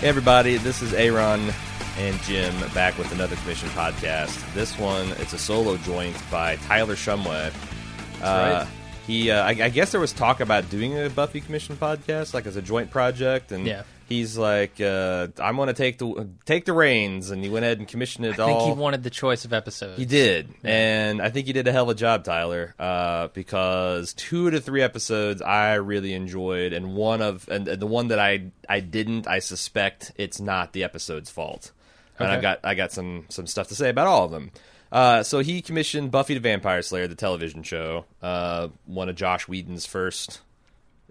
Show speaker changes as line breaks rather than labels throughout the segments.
Hey everybody, this is Aaron and Jim back with another commission podcast. This one, it's a solo joint by Tyler Shumway.
right.
He, uh, I, I guess there was talk about doing a Buffy commission podcast, like as a joint project, and
Yeah.
he's like, uh, "I'm going to take the take the reins," and he went ahead and commissioned it
I
all.
think he wanted the choice of episodes.
He did, and I think he did a hell of a job, Tyler. Uh, because two to three episodes I really enjoyed, and one of and and the one that I I didn't, I suspect it's not the episode's fault. And
Okay.
I've got I got some some stuff to say about all of them. Uh, so he commissioned Buffy the Vampire Slayer, the television show, uh, one of Josh Whedon's first,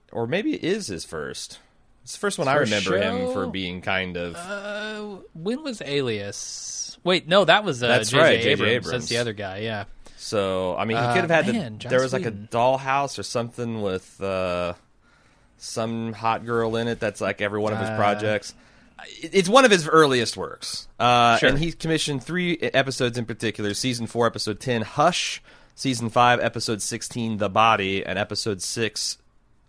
or maybe it is his first. It's the first one I
First
remember him
show?
for being kind of.
Uh, when was Alias? Wait, no, that was uh,
That's
J.J.
right, J.J.
Abrams.
Abrams.
That's the other guy. Yeah,
So I mean, he
Uh,
could have had
man,
the,
Joss
there was like a
Whedon.
dollhouse or something with uh, some hot girl in it. That's like every one of his
Uh,
projects. It- It's one of his earliest works, uh,
Sure.
and he commissioned three e, episodes in particular: season four, episode ten, Hush; season five, episode sixteen, The Body; and episode six,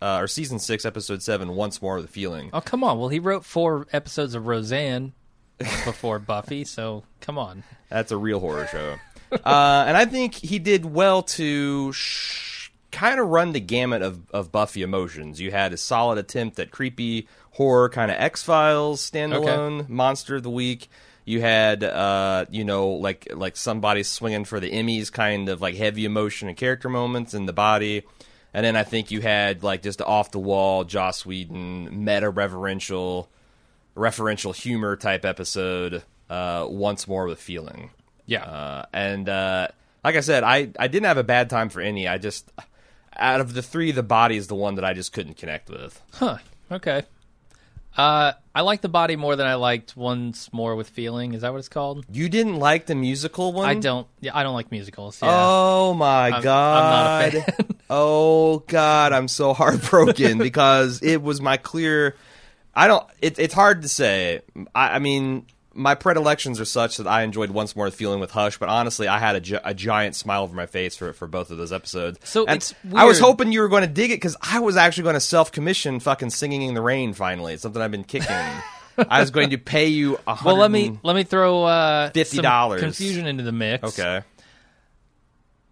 uh, or season six, episode seven, Once More the Feeling.
Oh, come on. Well, he wrote four episodes of Roseanne before Buffy, so come on.
That's a real horror show. uh, and I think he did well to sh- kind of run the gamut of, of Buffy emotions. You had a solid attempt at creepy horror, kind of X Files standalone monster of the week. You had, uh, you know, like like somebody swinging for the Emmys, kind of like heavy emotion and character moments in the body. And then I think you had like just off the wall Joss Whedon meta reverential referential humor type episode uh, once more with feeling.
Yeah.
Uh, and uh, like I said, I, I didn't have a bad time for any. I just, out of the three, the body is the one that I just couldn't connect with.
Huh. Okay. Uh, I like the body more than I liked Once More with Feeling. Is that what it's called?
You didn't like the musical one?
I don't. Yeah, I don't like musicals. Yeah.
Mm-hmm. Oh my
I'm
god!
not a fan.
oh god, I'm so heartbroken because it was my clear. I don't. It, it's hard to say. I, I mean, my predilections are such that I enjoyed once more the feeling with Hush, but honestly, I had a, gi- a giant smile over my face for for both of those episodes.
So
And
it's
I was
weird.
hoping you were going to dig it because I was actually going to self commission fucking singing in the rain. Finally, it's something I've been kicking. I was going to pay you a hundred.
well, let me let me throw uh, some
$50.
confusion into the mix.
Okay.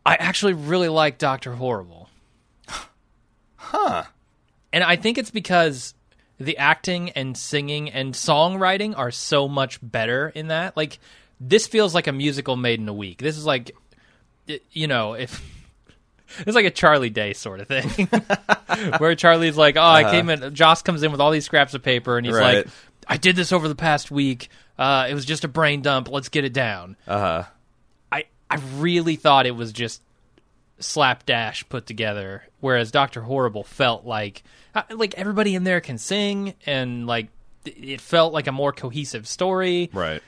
I actually really like Doctor Horrible.
Huh.
And I think it's because the acting and singing and songwriting are so much better in that. Like this feels like a musical made in a week. This is like y- you know, if it's like a Charlie Day sort of thing. Where Charlie's like, "Oh, I came in Joss comes in with all these scraps of paper and he's
Right.
like, "I did this over the past week. Uh, it was just a brain dump. Let's get it down."
Uh huh.
I I really thought it was just slapdash put together, whereas Doctor Horrible felt like I- like everybody in there can sing and like th- it felt like a more cohesive story.
Right.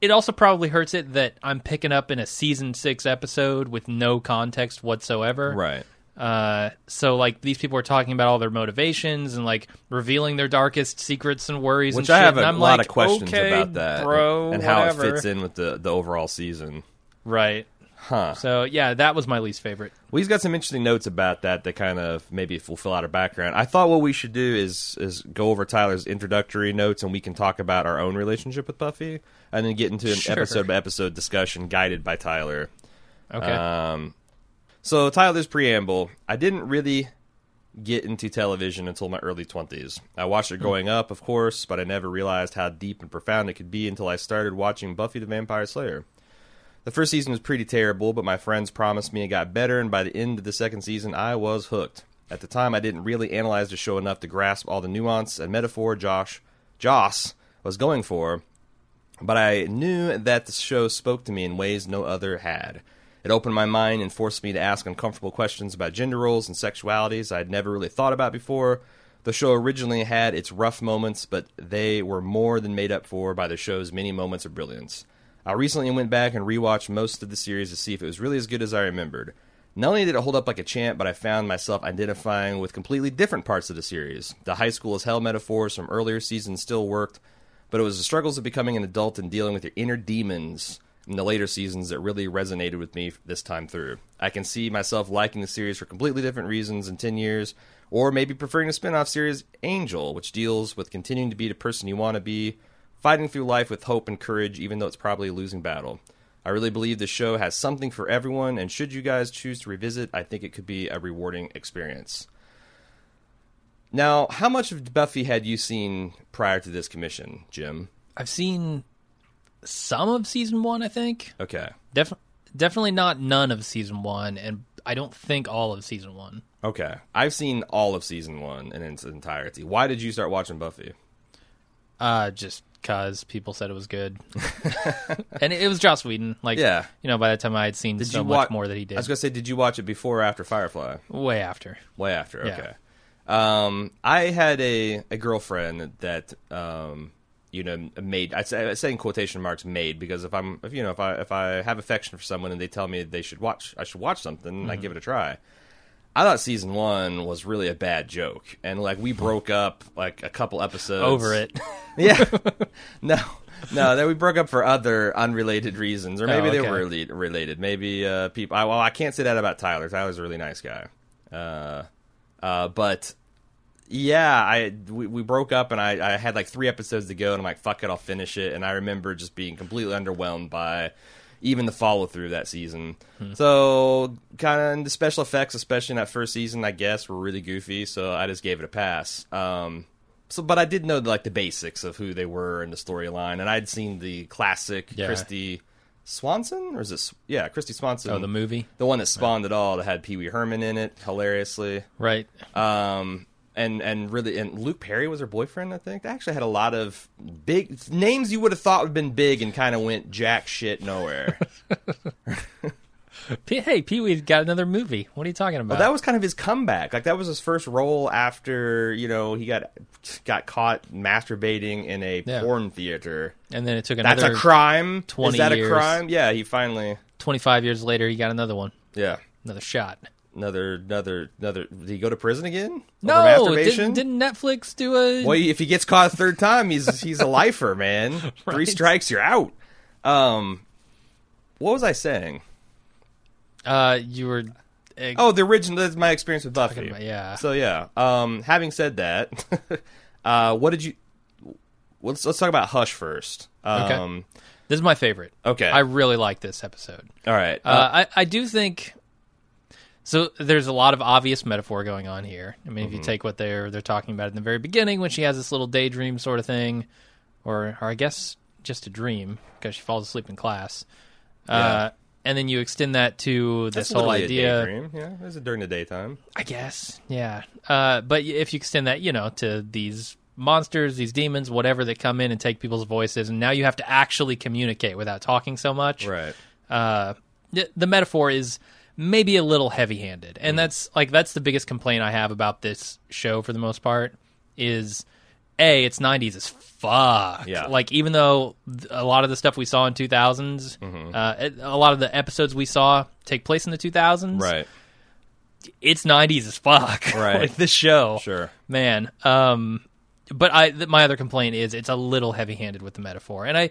It also probably hurts it that I'm picking up in a season six episode with no context whatsoever.
Right.
Uh, so like these people are talking about all their motivations and like revealing their darkest secrets and worries.
which
and
I
shit,
have a
and I'm
lot
like,
of questions
"Okay,
about that,
bro,
and how
whatever."
it fits in with the the overall season.
Right.
Huh.
So yeah, that was my least favorite.
Well, he's got some interesting notes about that that kind of maybe will fill out our background. I thought what we should do is is go over Tyler's introductory notes, and we can talk about our own relationship with Buffy, and then get into an
Sure.
episode by episode discussion guided by Tyler.
Okay.
Um, so Tyler's preamble. I didn't really get into television until my early twenties. I watched it growing up, of course, but I never realized how deep and profound it could be until I started watching Buffy the Vampire Slayer. The first season was pretty terrible, but my friends promised me it got better, and by the end of the second season, I was hooked. At the time, I didn't really analyze the show enough to grasp all the nuance and metaphor Josh Joss was going for, but I knew that the show spoke to me in ways no other had. It opened my mind and forced me to ask uncomfortable questions about gender roles and sexualities I'd never really thought about before. The show originally had its rough moments, but they were more than made up for by the show's many moments of brilliance. I recently went back and rewatched most of the series to see if it was really as good as I remembered. Not only did it hold up like a champ, but I found myself identifying with completely different parts of the series. The high school as hell metaphors from earlier seasons still worked, but it was the struggles of becoming an adult and dealing with your inner demons in the later seasons that really resonated with me this time through. I can see myself liking the series for completely different reasons in 10 years, or maybe preferring the spin off series Angel, which deals with continuing to be the person you want to be fighting through life with hope and courage, even though it's probably a losing battle. I really believe this show has something for everyone, and should you guys choose to revisit, I think it could be a rewarding experience. Now, how much of Buffy had you seen prior to this commission, Jim?
I've seen some of season one, I think.
Okay.
Def- definitely not none of season one, and I don't think all of season one.
Okay. I've seen all of season one in its entirety. Why did you start watching Buffy?
Uh, just because people said it was good, and it, it was Joss Whedon. Like,
Yeah.
you know, by the time I had seen
Did
so
you
much
wa-
more that he did,
I was going to say, did you watch it before or after Firefly?
way after.
Way after,
Yeah.
okay. Um, I had a, a girlfriend that um, you know made I say, I say in quotation marks made because if I'm if you know if I if I have affection for someone and they tell me they should watch I should watch something I
Mm-hmm.
give it a try. I thought season one was really a bad joke, and like we broke up like a couple episodes
Over it.
yeah. No. No, that we broke up for other unrelated reasons, or maybe they
okay.
were rela- related. Maybe uh, people. I, well, I can't say that about Tyler. Tyler's a really nice guy, uh, uh, but yeah, I we, we broke up, and I, I had like three episodes to go, and I'm like, fuck it, I'll finish it. And I remember just being completely underwhelmed by even the follow through that season.
Hmm.
So kind of the special effects, especially in that first season, I guess, were really goofy. So I just gave it a pass. Um, so, but I did know like the basics of who they were and the storyline, and I'd seen the classic
Yeah.
Christy Swanson, or is this yeah, Christy Swanson,
Oh, the movie,
the one that spawned it all that had Pee Wee Herman in it, hilariously.
right?
Um, and and really, and Luke Perry was her boyfriend. I think they actually had a lot of big names you would have thought would have been big and kind of went jack shit nowhere.
P- hey, Pee Wee's got another movie. What are you talking about?
But that was kind of his comeback. Like that was his first role after you know he got got caught masturbating in a
Yeah.
porn theater.
and then it took
That's
another
a crime.
20
Is that
years.
a crime? Yeah, he finally.
twenty-five years later. He got another one,
Yeah.
another shot.
Another, another, another. Did he go to prison again? Over
No,
masturbation?
didn't, didn't Netflix do a?
Well, if he gets caught a third time, he's he's a lifer, man. Three
Right.
strikes, you're out. Um, what was I saying?
uh, you were. eh,
Oh, the original. That's my experience with Buffy.
about- yeah.
So yeah. Um, having said that, uh, what did you? Let's let's talk about Hush first.
Okay.
Um,
This is my favorite.
Okay.
I really like this episode.
All right.
Uh, I, I do think so. There's a lot of obvious metaphor going on here. I mean, if
Mm-hmm.
you take what they're they're talking about in the very beginning, when she has this little daydream sort of thing, or or I guess just a dream because she falls asleep in class, uh, and then you extend that to this
That's
whole
literally a
idea.
daydream. Yeah, it was during the daytime.
I guess, yeah. Uh, but y- if you extend that, you know, to these monsters, these demons, whatever that come in and take people's voices, and now you have to actually communicate without talking so much.
Right.
Uh, th- the metaphor is maybe a little heavy-handed,
Mm.
and that's like that's the biggest complaint I have about this show for the most part is a it's '90s as fuck.
Yeah.
Like even though th- a lot of the stuff we saw in 2000s,
Mm-hmm.
uh, it- a lot of the episodes we saw take place in the 2000s,
Right.
it's 90s as fuck
Right.
like this show
Sure.
man um but i th- my other complaint is it's a little heavy-handed with the metaphor and i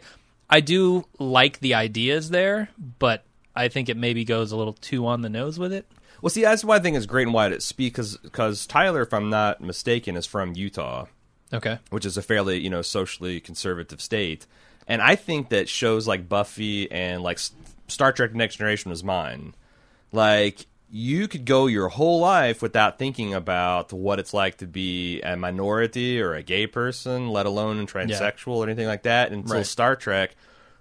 i do like the ideas there but i think it maybe goes a little too on the nose with it
Well, see, that's why I think it's great and why it's because because Tyler, if I'm not mistaken, is from Utah.
okay
which is a fairly you know socially conservative state and i think that shows like buffy and like S- star trek next generation was mine like you could go your whole life without thinking about what it's like to be a minority or a gay person let alone transsexual or anything like that until
Right.
star trek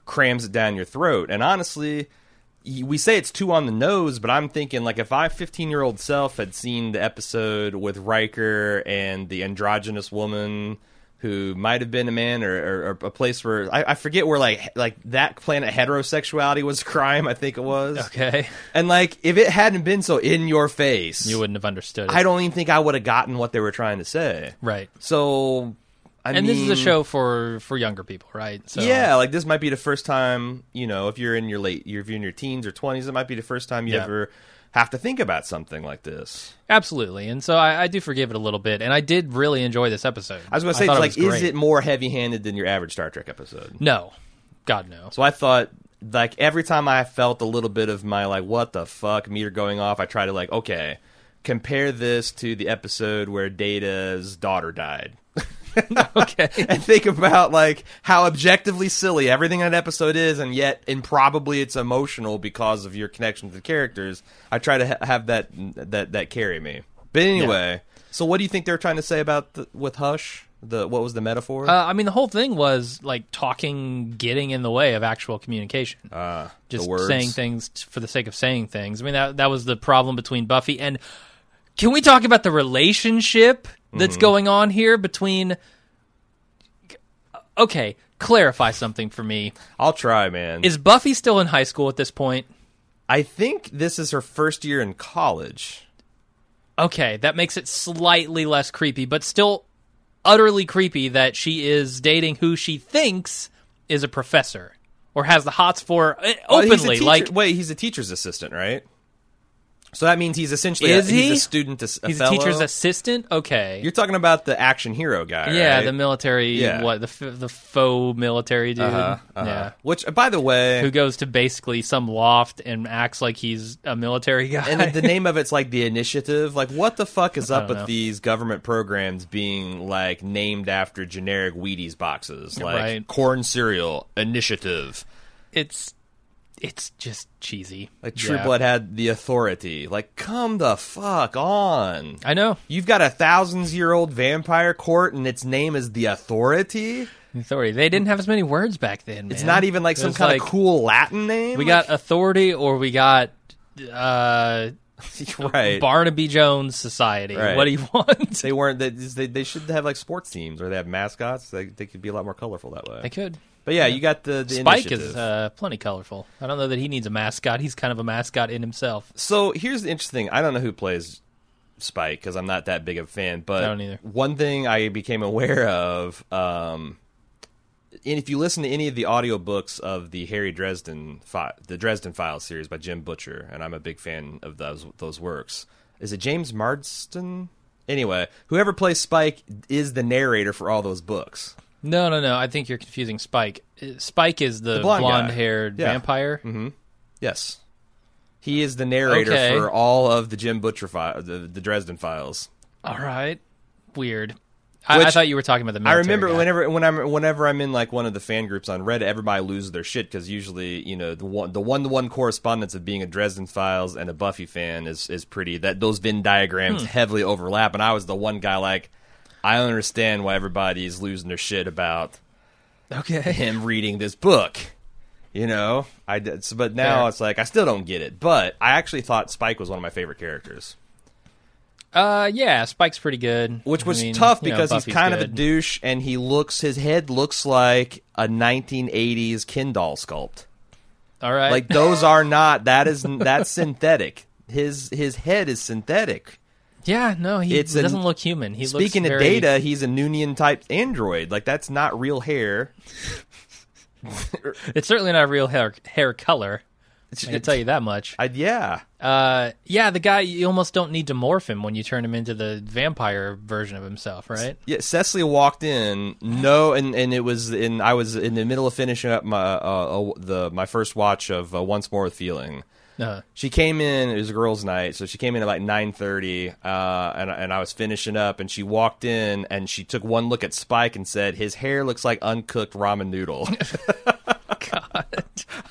crams it down your throat and honestly y- we say it's too on the nose, but I'm thinking like if I 15 year old self had seen the episode with Riker and the androgynous woman who might have been a man or, or, or a place where I, I forget where like like that planet heterosexuality was a crime I think it was
okay
and like if it hadn't been so in your face
you wouldn't have understood it
I don't even think I would have gotten what they were trying to say
right
so I
and this is a
mean-
show for for younger people, right? So
yeah, like this might be the first time you know if you're in your late, if you're in your teens or twenties, it might be the first time you
Yeah.
ever have to think about something like this.
absolutely. And so I, I do forgive it a little bit, and I did really enjoy this episode.
I was going to say,
thought
it's
it
like,
was
is
great.
it more heavy-handed than your average Star Trek episode?
No, God no.
So I thought, like every time I felt a little bit of my like, what the fuck meter going off, I try to like, okay, compare this to the episode where Data's daughter died.
okay,
and think about like how objectively silly everything in that episode is, and yet improbably it's emotional because of your connection to the characters. I try to ha- have that that that carry me. But anyway, so what do you think they're trying to say about the, with Hush? The what was the metaphor?
uh, I mean the whole thing was like talking, getting in the way of actual communication.
Ah, the
just
words.
saying things t- for the sake of saying things. I mean that that was the problem between Buffy and can we talk about the relationship that's
Mm-hmm.
going on here between Okay, clarify something for me.
I'll try, man.
Is Buffy still in high school at this point?
I think this is her first year in college.
Okay, that makes it slightly less creepy, but still utterly creepy that she is dating who she thinks is a professor or has the hots for eh,
Well, Oh, he's a
openly
teacher-
like
wait, he's a teacher's assistant, right? So that means he's essentially
Is
a, he's
he?
a student, a,
he's a
fellow.
teacher's assistant. Okay.
You're talking about the action hero guy,
Yeah,
right?
the military.
Yeah.
What the f- the faux military dude?
Uh-huh, uh-huh.
Yeah,
Which, by the way,
who goes to basically some loft and acts like he's a military guy.
and the, the name of it's like the initiative. Like, what the fuck is up
don't
with
know.
these government programs being like named after generic Wheaties boxes, like
Right.
corn cereal initiative?
it's it's just cheesy.
Like True
Yeah.
Blood had the authority. Like, come the fuck on.
I know
You've got a thousands year old vampire court, and its name is the Authority.
authority. They didn't have as many words back then.
It's
man.
not even like
It
some
was
kind of
like,
cool Latin name.
We got authority, or we got uh,
got right.
Barnaby Jones Society.
Right.
What do you want?
they weren't. They, they, they should have like sports teams, or they have mascots. They, they could be a lot more colorful that way.
I could.
But yeah, you got the, the
Spike
initiative.
is uh, plenty colorful. I don't know that he needs a mascot. He's kind of a mascot in himself.
so here's the interesting. I don't know who plays Spike because I'm not that big of a fan. But
I don't either.
one thing I became aware of, um, and if you listen to any of the audiobooks of the Harry Dresden, fi- the Dresden Files series by Jim Butcher, and I'm a big fan of those those works. Is it James Marsden? Anyway, whoever plays Spike is the narrator for all those books.
No, no, no. I think you're confusing Spike. Uh, Spike is the,
blonde guy.
blonde-haired
Yeah. Mm-hmm.
vampire.
Yes. He is the narrator
Okay.
for all of the Jim Butcher fi- the, the Dresden files.
All right. Weird. I, I
Which-
thought you were talking about the
I
military.
remember
guy.
whenever when I'm whenever I'm in like one of the fan groups on Reddit, everybody loses their shit because usually you know the one the one to one correspondence of being a Dresden Files and a Buffy fan is is pretty that those Venn diagrams
Hmm.
heavily overlap, and I was the one guy like I don't understand why everybody is losing their shit about
Okay.
him reading this book. You know, I did, so- but now
Fair.
it's like I still don't get it. But I actually thought Spike was one of my favorite characters.
Uh, yeah. Spike's pretty good.
which
I
was
mean,
tough
you know,
because he's
Buffy's
kind of a
good.
douche and he looks his head looks like a 1980s Ken doll sculpt.
All right.
Like those are not that is that's synthetic. His his head is synthetic.
yeah. No, he
It's a-
doesn't look human. He
Speaking
looks
of
very-
data, he's a Noonian type android. Like that's not real hair.
It's certainly not real hair hair color. I can tell you that much.
I, yeah.
Uh, yeah. The guy you almost don't need to morph him when you turn him into the vampire version of himself, right?
Yeah, Cecily walked in. No, and, and it was in. I was in the middle of finishing up my uh, uh, the my first watch of uh, Once More with Feeling,
Uh,
she came in. It was a girls' night, so she came in at like nine thirty, uh, and and I was finishing up, and she walked in, and she took one look at Spike and said, "His hair looks like uncooked ramen noodle."
God.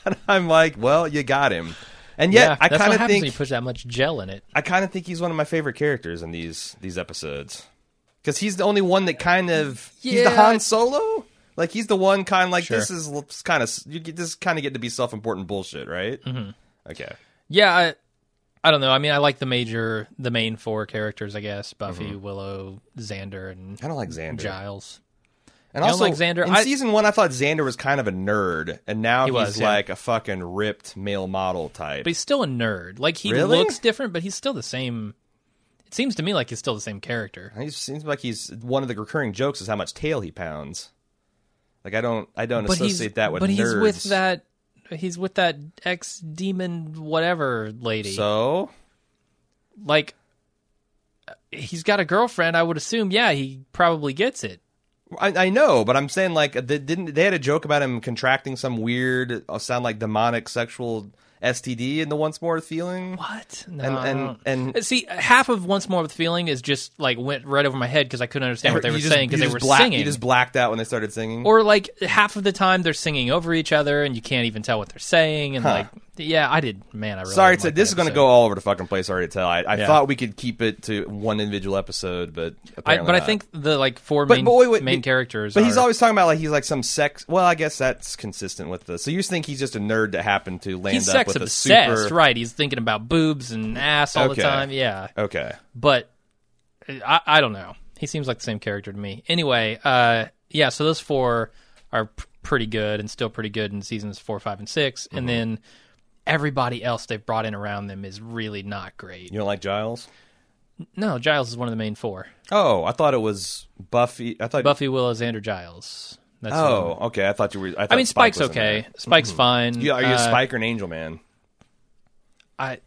and I'm like, "Well, you got him." And yet,
yeah,
I
that's what
kind of
happens
think
when you push that much gel in it.
I kind of think he's one of my favorite characters in these these episodes because he's the only one that kind of he's the
Yeah.
Han Solo. Like he's the one kind of like
Sure.
this is kind of you get this kind of get to be self important bullshit, right? Mm-hmm. Okay,
Yeah, I, I don't know. I mean, I like the major, the main four characters, I guess: Buffy,
Mm-hmm.
Willow, Xander, and
I don't like Xander.
Giles.
And
You know,
also,
like Xander-
in
I-
season one, I thought Xander was kind of a nerd, and now he's
was, yeah.
like a fucking ripped male model type.
But he's still a nerd. Like he
Really?
looks different, but he's still the same. It's Seems to me like he's still the same character.
He seems like he's one of the recurring jokes is how much tail he pounds. Like I don't, I don't
But he's
associate that with
but
nerds.
he's with that he's with that ex demon whatever lady.
So
like uh, he's got a girlfriend. I would assume. Yeah, he probably gets it.
I, I know, but I'm saying like they didn't they had a joke about him contracting some weird, uh, sound like demonic sexual STD in the once more feeling.
What? No,
And-
I
and-
don't-
and-
see, half of once more with feeling is just like went right over my head because I couldn't understand what they
You
were
just-
saying
you
because they
just
were
black-
singing.
You just blacked out when they started singing.
or like half of the time they're singing over each other and you can't even tell what they're saying. And like, yeah, I did. Man, I really
Sorry,
didn't
to,
like
this
that
is going to
episode.
go all over the fucking place. Already to tell. I, I
Yeah.
thought we could keep it to one individual episode, but
I,
apparently
but I
not.
think the like four
But-
main,
but wait, wait,
main
but-
characters.
But he's
are-
always talking about like he's like some sex. Well, I guess that's consistent with this. So you just think he's just a nerd that happened to land
he's
up
sex
with
obsessed,
a super
right? He's thinking about boobs and ass all
Okay.
the time. Yeah,
okay.
but I, I don't know. He seems like the same character to me. Anyway, uh, yeah. So those four are p- pretty good and still pretty good in seasons four, five, and 6
Mm-hmm.
and then everybody else they've brought in around them is really not great.
You don't like Giles?
No, Giles is one of the main four.
Oh, I thought it was Buffy. I thought
Buffy, Willow, Xander, Giles. That's the one.
Oh, okay. I thought you were. I, thought
I mean,
Spike
Spike's
was in
okay.
there.
Spike's fine.
You, are you a
Uh,
Spike or an Angel Man?
I,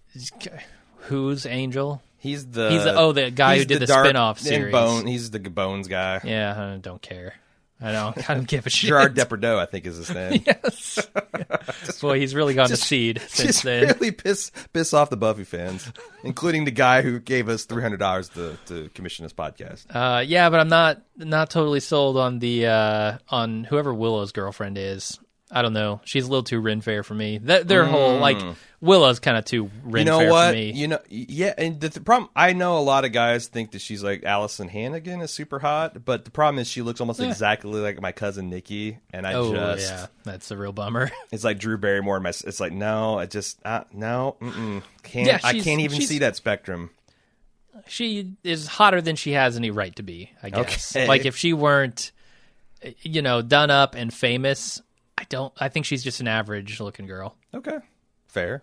who's Angel?
He's the
he's the- oh, the guy who
he's
did the
dark
spin-off
and
series.
Bone. He's the Bones guy.
Yeah, I don't care. I don't. I don't give a shit.
Gerard Depardieu, I think, is his name.
Yes. Boy, he's really gone to seed since
Just
then.
really piss piss off the Buffy fans, including the guy who gave us three hundred dollars to to commission this podcast.
Uh, yeah, but I'm not not totally sold on the uh, on whoever Willow's girlfriend is. I don't know. She's a little too Ren fair for me. That their whole like Willow's kind of too Ren
you know
fair
what?
for me.
You know, yeah. And the, the problem, I know a lot of guys think that she's like Allison Hannigan is super hot, but the problem is she looks almost exactly like my cousin Nikki, and I
oh
just
yeah, that's a real bummer.
it's like Drew Barrymore. and my s- It's like no, I just uh, no, mm-mm, can't.
Yeah,
I
she's-
can't even
she's-
see that spectrum.
she is hotter than she has any right to be. I guess.
Okay.
Like if she weren't, you know, done up and famous, I don't. I think she's just an average looking girl.
Okay, fair.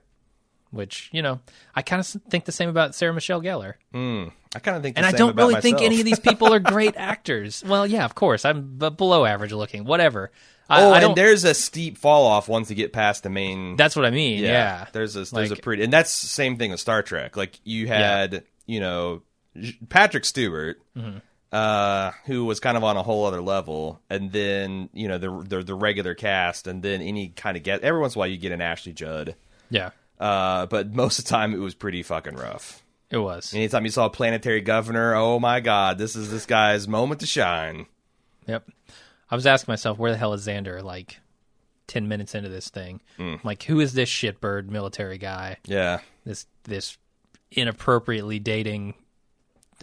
Which you know, I kind of think the same about Sarah Michelle Gellar.
I kind of think, the
and I
same
don't
about
really think
myself.
any of these people are great actors. Well, yeah, of course, I'm b- below average looking, whatever. I,
Oh,
I
and
don't.
there's a steep fall off once you get past the main.
That's what I mean. Yeah,
There's a there's
Like-
a pretty, and that's the same thing with Star Trek. Like you had, you know, J- Patrick Stewart,
Mm-hmm.
uh, who was kind of on a whole other level, and then you know the the, the regular cast, and then any kind of get every once in a while you get an Ashley Judd,
yeah,
uh, but most of the time it was pretty fucking rough.
it was.
Anytime you saw a planetary governor, oh my god, this is this guy's moment to shine.
Yep. I was asking myself, where the hell is Xander? Like ten minutes into this thing,
Hmm.
I'm like, who is this shitbird military guy?
Yeah,
This this inappropriately dating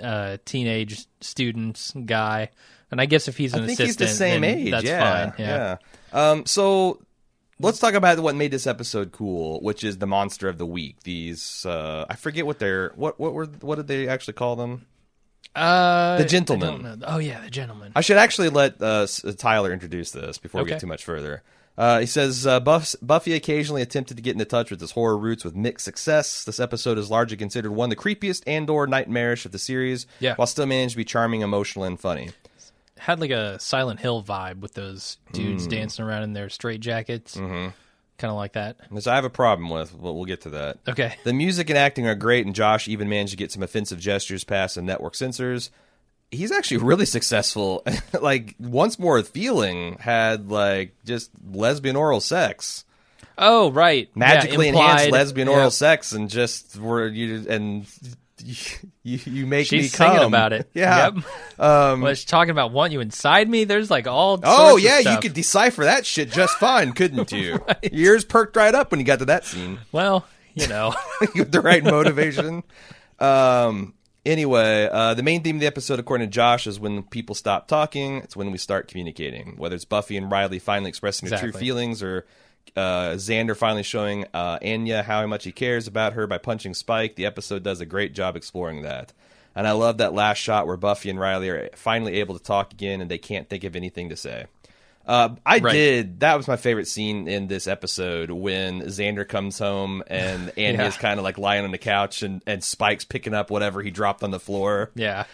uh teenage students guy. And I guess if he's an
I think he's
assistant,
the same
then
age.
That's
yeah,
fine. Yeah.
yeah. Um, so let's talk about what made this episode cool, which is the monster of the week. These uh, I forget what they're what what were what did they actually call them?
Uh,
The
I
gentleman.
don't know. Oh yeah, the gentleman.
I should actually let uh, S- Tyler introduce this before we
Okay.
get too much further. Uh, he says uh, Buffs, Buffy occasionally attempted to get into touch with his horror roots with mixed success. This episode is largely considered one of the creepiest and/or nightmarish of the series,
Yeah.
while still managed to be charming, emotional, and funny.
had like a Silent Hill vibe with those
Mm.
dudes dancing around in their straight jackets. Mm-hmm. Kind of like that.
Which I have a problem with, but we'll get to that.
Okay.
The music and acting are great, and Josh even managed to get some offensive gestures past some network censors. He's actually really successful. like once more, feeling had like just lesbian oral sex,
Oh, right. Yeah,
magically enhanced
implied-
lesbian
yeah.
oral sex, and just were you and you, you make me
She's
come
singing about it.
Yeah.
Yep.
Um,
Well, she's talking about want you inside me. There's like all.
oh
sorts of
yeah, you
stuff.
could decipher that shit just fine, couldn't you? Your ears perked right up when you got to that scene.
Well, you know.
with the right motivation. um, anyway, uh, the main theme of the episode, according to Josh, is when people stop talking. It's when we start communicating. Whether it's Buffy and Riley finally expressing their true
Exactly.
feelings, or uh, Xander finally showing uh, Anya how much he cares about her by punching Spike, the episode does a great job exploring that. And I love that last shot where Buffy and Riley are finally able to talk again, and they can't think of anything to say. Uh, I
Right.
did. That was my favorite scene in this episode when Xander comes home and Annie
Yeah.
is kind of like lying on the couch and, and Spike's picking up whatever he dropped on the floor.
Yeah.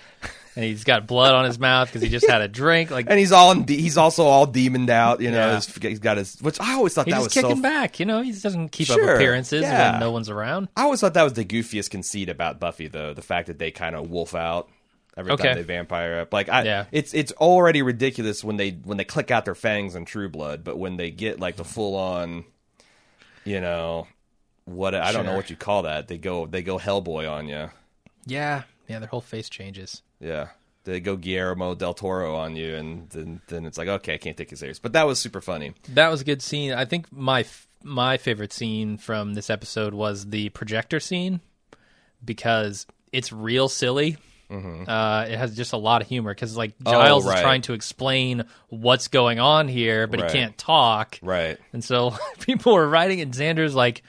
And he's got blood on his mouth because he just had a drink. Like
And he's all in de- he's also all demoned out, you know.
Yeah.
He's, he's got his which I always thought
he's
that
just
was so
kicking back. You know, he doesn't keep
Sure,
up appearances
yeah.
when no one's around.
I always thought that was the goofiest conceit about Buffy, though the fact that they kind of wolf out every
Okay.
time they vampire up. Like, I,
Yeah.
it's it's already ridiculous when they when they click out their fangs on True Blood, but when they get like the full on, you know, what I don't know
Sure.
what you call that. They go they go Hellboy on you.
Yeah. Yeah. Their whole face changes.
Yeah. They go Guillermo del Toro on you, and then, then it's like, okay, I can't take you serious. But that was super funny.
That was a good scene. I think my f- my favorite scene from this episode was the projector scene because it's real silly. Uh, it has just a lot of humor because like Giles
Mm-hmm. Oh, right.
is trying to explain what's going on here, but
Right.
he can't talk,
Right.
and so people were writing, and Xander's like,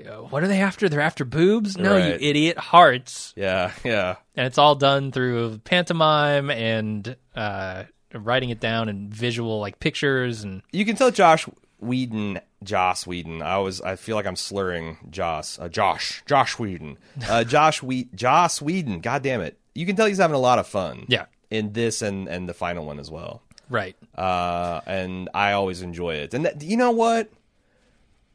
"Uh, "What are they after? They're after boobs? No,
Right.
you idiot hearts!"
Yeah. Yeah.
And it's all done through pantomime and uh, writing it down and visual like pictures and
you can tell Josh Whedon, Joss Whedon. I always I feel like I'm slurring Joss, uh, Josh, Josh Whedon, uh, Josh Whe Joss Whedon. God damn it! You can tell he's having a lot of fun.
Yeah.
in this and and the final one as well.
right.
Uh, and I always enjoy it. And that, you know what?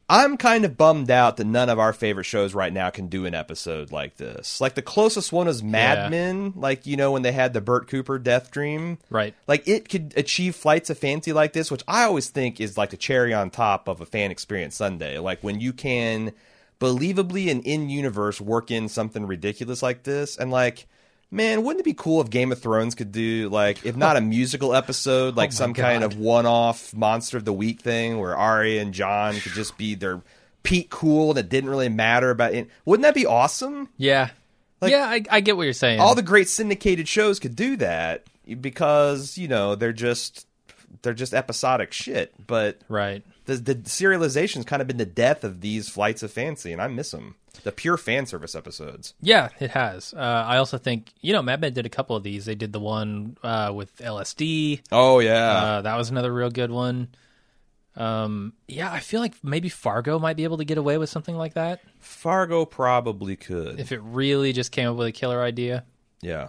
I'm kind of bummed out that none of our favorite shows right now can do an episode like this. Like the closest one is Mad
Yeah.
Men, like you know when they had the Burt Cooper death dream.
Right.
Like it could achieve flights of fancy like this, which I always think is like the cherry on top of a fan experience Sunday. Like when you can believably and in universe work in something ridiculous like this and like Man, wouldn't it be cool if Game of Thrones could do like, if not a musical episode, like some kind
Oh God.
of one-off Monster of the Week thing where Arya and John could just be their peak cool and it didn't really matter about it. Wouldn't that be awesome?
Yeah.
Like-
yeah, I, I get what you're saying.
all the great syndicated shows could do that because you know they're just they're just episodic shit but
right.
the, the serialization's kind of been the death of these flights of fancy and i miss them the pure fan service episodes
Yeah, it has. Uh, I also think you know Mad Men did a couple of these. They did the one uh, with LSD.
oh yeah
Uh, that was another real good one. Um, yeah, I feel like maybe Fargo might be able to get away with something like that
fargo probably could
if it really just came up with a killer idea.
yeah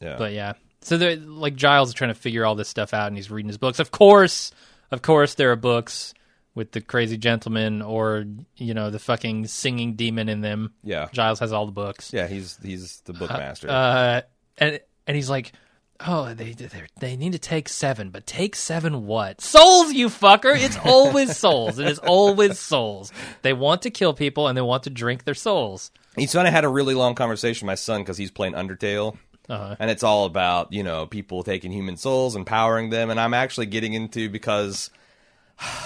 yeah
But yeah, so they're like Giles is trying to figure all this stuff out, and he's reading his books. Of course, of course, there are books with the crazy gentleman or you know the fucking singing demon in them.
yeah
Giles has all the books.
yeah he's he's the bookmaster
uh, and and he's like, "Oh, they they they need to take seven, but take seven what? Souls, you fucker! It's always souls. It is always souls. They want to kill people and they want to drink their souls.
Each son, I had a really long conversation with my son because he's playing Undertale.
Uh-huh.
And it's all about, you know, people taking human souls and powering them. And I'm actually getting into because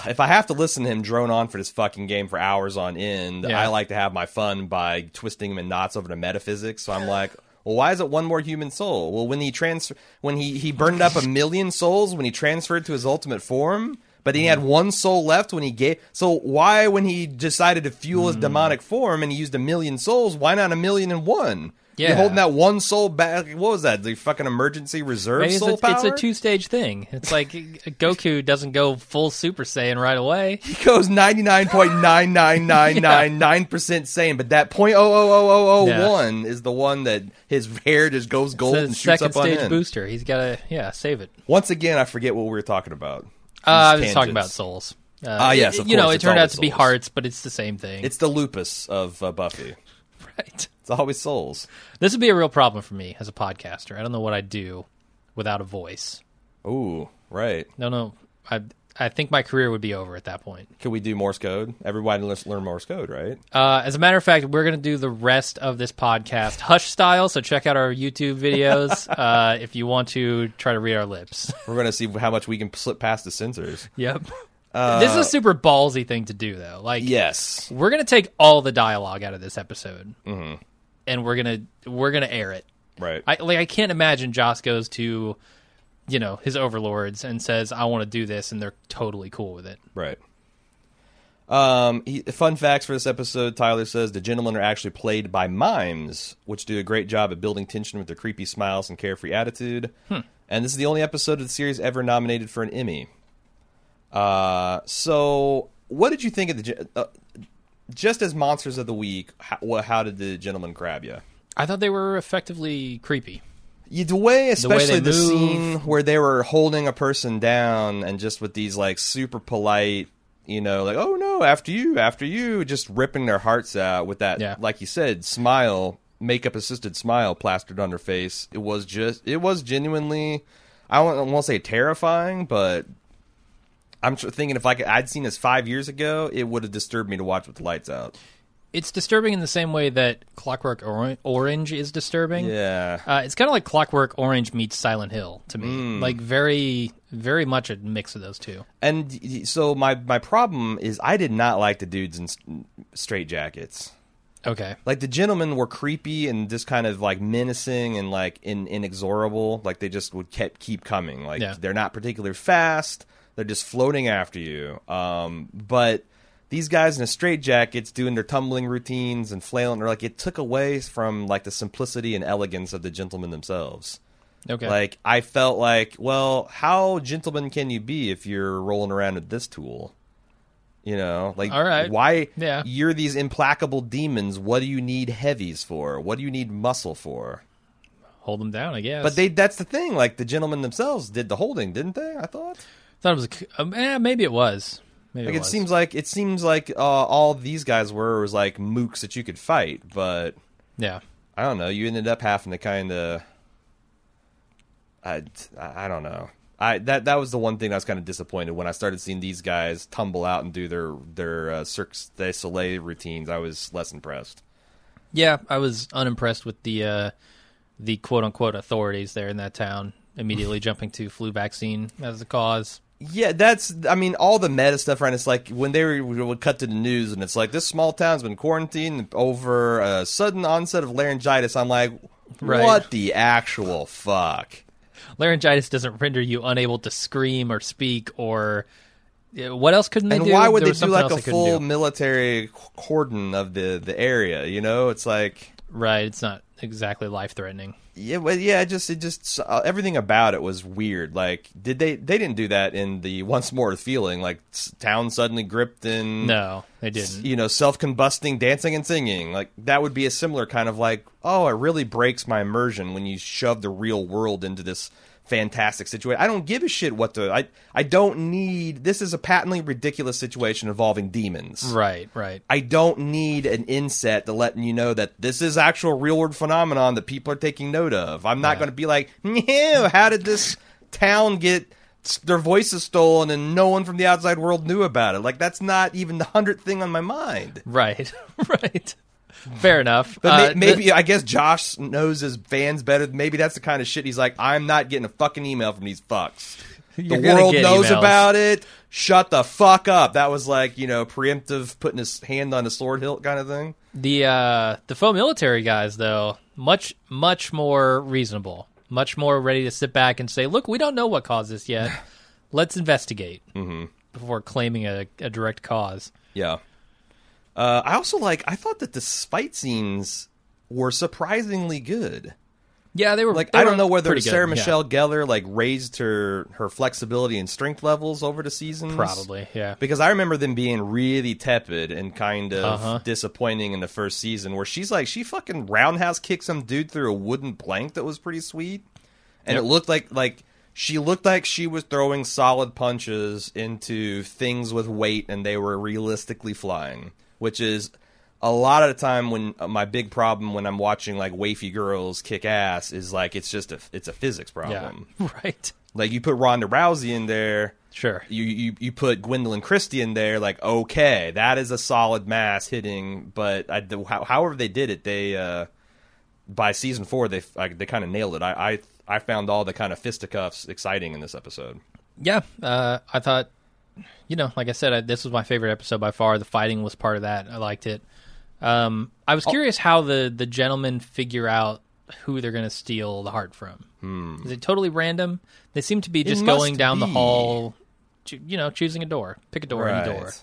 if I have to listen to him drone on for this fucking game for hours on end,
Yeah.
I like to have my fun by twisting him in knots over to metaphysics. So I'm like, well, why is it one more human soul? Well, when he trans- when he, he burned up a million souls when he transferred to his ultimate form, but he
Mm-hmm.
had one soul left when he gave. So why, when he decided to fuel
Mm.
his demonic form and he used a million souls, why not a million and one? You're
Yeah.
holding that one soul back. What was that? The fucking emergency reserve
Maybe it's
soul
a,
power?
it's a two stage thing. It's like Goku doesn't go full Super Saiyan right away.
He goes 99.99999% sane, but that 0.000001 is the one that his hair just goes gold
It's
and
a
shoots
second
up on
stage
end.
booster. He's got to yeah save it.
Once again, I forget what we were talking about.
Uh, I was
These
talking about
tangents.
souls. Uh,
Ah, yes,
it-
of
you know
course,
it
it's
turned out
always
to be
souls.
hearts, but it's the same thing.
It's the lupus of uh, Buffy.
right.
It's always souls.
This would be a real problem for me as a podcaster. I don't know what I'd do without a voice.
Ooh, right.
No, no. I I think my career would be over at that point.
Can we do Morse code? Everybody let's learn Morse code, right?
Uh, as a matter of fact, we're going to do the rest of this podcast hush style. So check out our YouTube videos uh, if you want to try to read our lips.
We're going to see how much we can slip past the censors.
yep. this is a super ballsy thing to do, though. Like,
Yes.
we're going to take all the dialogue out of this episode, and we're gonna we're gonna air it.
Right.
I like I can't imagine Joss goes to, you know, his overlords and says, "I want to do this," and they're totally cool with it.
Right. Um, he, fun facts for this episode: Tyler says the gentlemen are actually played by mimes, which do a great job at building tension with their creepy smiles and carefree attitude. And this is the only episode of the series ever nominated for an Emmy. Uh, so, what did you think of the gen- uh, just as monsters of the week? How, wha- how did the gentleman grab you?
I thought they were effectively creepy.
You the way,
way
especially
they
the,
move.
scene where they were holding a person down and just with these like super polite, you know, like oh no, after you, after you, just ripping their hearts out with that,
Yeah.
like you said, smile, makeup assisted smile plastered on their face. It was just, it was genuinely, I won't, I won't say terrifying, but I'm tr- thinking if I could, I'd seen this five years ago, it would have disturbed me to watch with the lights out.
It's disturbing in the same way that Clockwork Or- Orange is disturbing.
Yeah,
Uh, it's kind of like Clockwork Orange meets Silent Hill to me.
Mm.
Like very, very much a mix of those two.
and y- y- so my my problem is I did not like the dudes in s- straight jackets.
Okay.
like the gentlemen were creepy and just kind of like menacing and like in, inexorable like they just would kept keep coming like
Yeah.
they're not particularly fast they're just floating after you um, but these guys in the straitjackets doing their tumbling routines and flailing or like it took away from like the simplicity and elegance of the gentlemen themselves
Okay.
like i felt like well how gentleman can you be if you're rolling around with this tool you know like
All right.
why
Yeah.
you're these implacable demons what do you need heavies for what do you need muscle for
Hold them down, I guess.
but they that's the thing like the gentlemen themselves did the holding didn't they i thought
thought it was. A, c- um, eh, maybe it was. Maybe
like
it,
it,
was.
seems like it seems like uh, all these guys were was like mooks that you could fight but
Yeah.
i don't know you ended up having to kind of I, I don't know. I that that was the one thing I was kind of disappointed when I started seeing these guys tumble out and do their their uh, Cirque du Soleil routines. I was less impressed.
Yeah, I was unimpressed with the uh, the quote unquote authorities there in that town. Immediately jumping to flu vaccine as the cause.
Yeah, that's. I mean, all the meta stuff, right? It's like when they were, we would cut to the news, and it's like this small town's been quarantined over a sudden onset of laryngitis. I'm like,
Right.
what the actual fuck?
Laryngitis doesn't render you unable to scream or speak or Yeah, what else couldn't they
And
do?
why would
There
they
was
do
something
like
else
a
they couldn't
full
do.
military cordon of the the area? You know, it's like.
Right, it's not exactly life threatening.
Yeah, well, yeah. It just it just uh, everything about it was weird. Like, did they they didn't do that in the once more feeling like s- town suddenly gripped in
No, they
s-
didn't.
you know self combusting, dancing and singing. Like that would be a similar kind of like oh, it really breaks my immersion when you shove the real world into this fantastic situation. I don't give a shit what the I I don't need. This is a patently ridiculous situation involving demons.
Right, right.
I don't need an inset to letting you know that this is actual real world phenomenon that people are taking note of. I'm not
Yeah.
going to be like, "No, how did this town get s- their voices stolen and no one from the outside world knew about it?" Like that's not even the hundredth thing on my mind.
Right, right. Fair enough.
But
Uh,
may-
the-
maybe I guess Josh knows his fans better. Maybe that's the kind of shit he's like, "I'm not getting a fucking email from these fucks." The
You're gonna
world
get
knows
emails.
about it. Shut the fuck up. That was like, you know, preemptive putting his hand on a sword hilt kind of thing.
The uh, the faux military guys, though, much much more reasonable, much more ready to sit back and say, "Look, we don't know what caused this yet. Let's investigate before claiming a, a direct cause."
Yeah. Uh, I also like. I thought that the fight scenes were surprisingly good.
Yeah, they were
Like
they
I
were
don't know whether
pretty good,
Sarah
yeah.
Michelle Gellar like raised her her flexibility and strength levels over the seasons.
probably, yeah,
Because I remember them being really tepid and kind of
Uh-huh.
disappointing in the first season, where she's like she fucking roundhouse kicked some dude through a wooden plank that was pretty sweet, and
Yep.
it looked like like she looked like she was throwing solid punches into things with weight, and they were realistically flying, which is a lot of the time when uh, my big problem when I'm watching like wafy girls kick ass is like it's just a it's a physics
yeah,
problem.
right,
Like you put Ronda Rousey in there
sure,
you, you you put Gwendolyn Christie in there, like okay, that is a solid mass hitting. But I, the, how, however they did it, they uh, by season four they like, they kind of nailed it. I, I I found all the kind of fisticuffs exciting in this episode.
yeah. Uh, I thought, you know, like I said, I, this was my favorite episode by far. The fighting was part of that. I liked it. Um, I
Oh.
was curious how the the gentlemen figure out who they're going to steal the heart from. Is it totally random? They seem to be just
Hmm. must
going down the
be.
hall, cho- you know, choosing a door, pick a door, any door.
Right.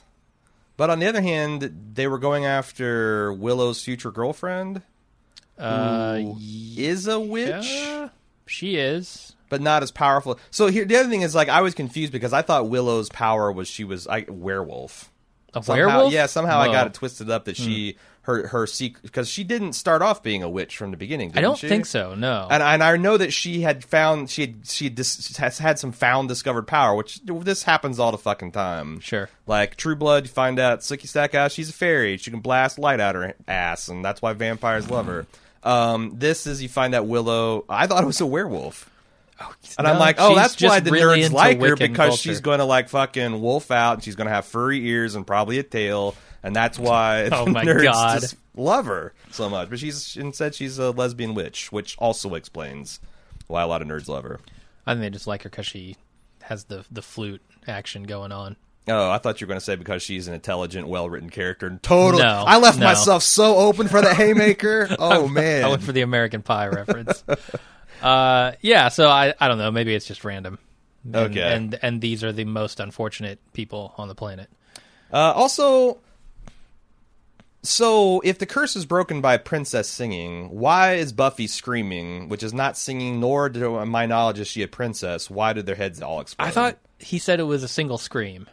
But on the other hand, they were going after Willow's future girlfriend,
Uh,
who is a witch.
yeah, she is.
but not as powerful. So here, the other thing is like I was confused because I thought Willow's power was she was I, werewolf.
A
Somehow-
werewolf?
Yeah, somehow I
Whoa. Hmm.
got it twisted up that she her her secret because she didn't start off being a witch from the beginning.
I
didn't
don't
she?
think so. No.
And, and I know that she had found she had she had dis, has had some found discovered power, which this happens all the fucking time.
Sure.
Like True Blood, you find out Sookie Stackhouse, she's a fairy. She can blast light out her ass, and that's why vampires love her. Um, this is you find out Willow. I thought it was a werewolf, and I'm
No,
like, oh,
she's
that's
just
why the
really
nerds
into
like her
Wiccan
because
culture.
she's going to like fucking wolf out, and she's going to have furry ears and probably a tail, and that's why
Oh
the
my
nerds
God.
just love her so much. But she's instead she's a lesbian witch, which also explains why a lot of nerds love her.
I think they just like her because she has the the flute action going on.
Oh, I thought you were going to say because she's an intelligent, well-written character. And totally,
No,
I left
no.
myself so open for the haymaker. Oh man,
I went for the American Pie reference. uh, yeah, so I, I don't know. Maybe it's just random. And,
Okay.
And and these are the most unfortunate people on the planet.
Uh, also, so if the curse is broken by princess singing, why is Buffy screaming, which is not singing, nor to my knowledge is she a princess? Why did their heads all explode?
I thought he said it was a single scream.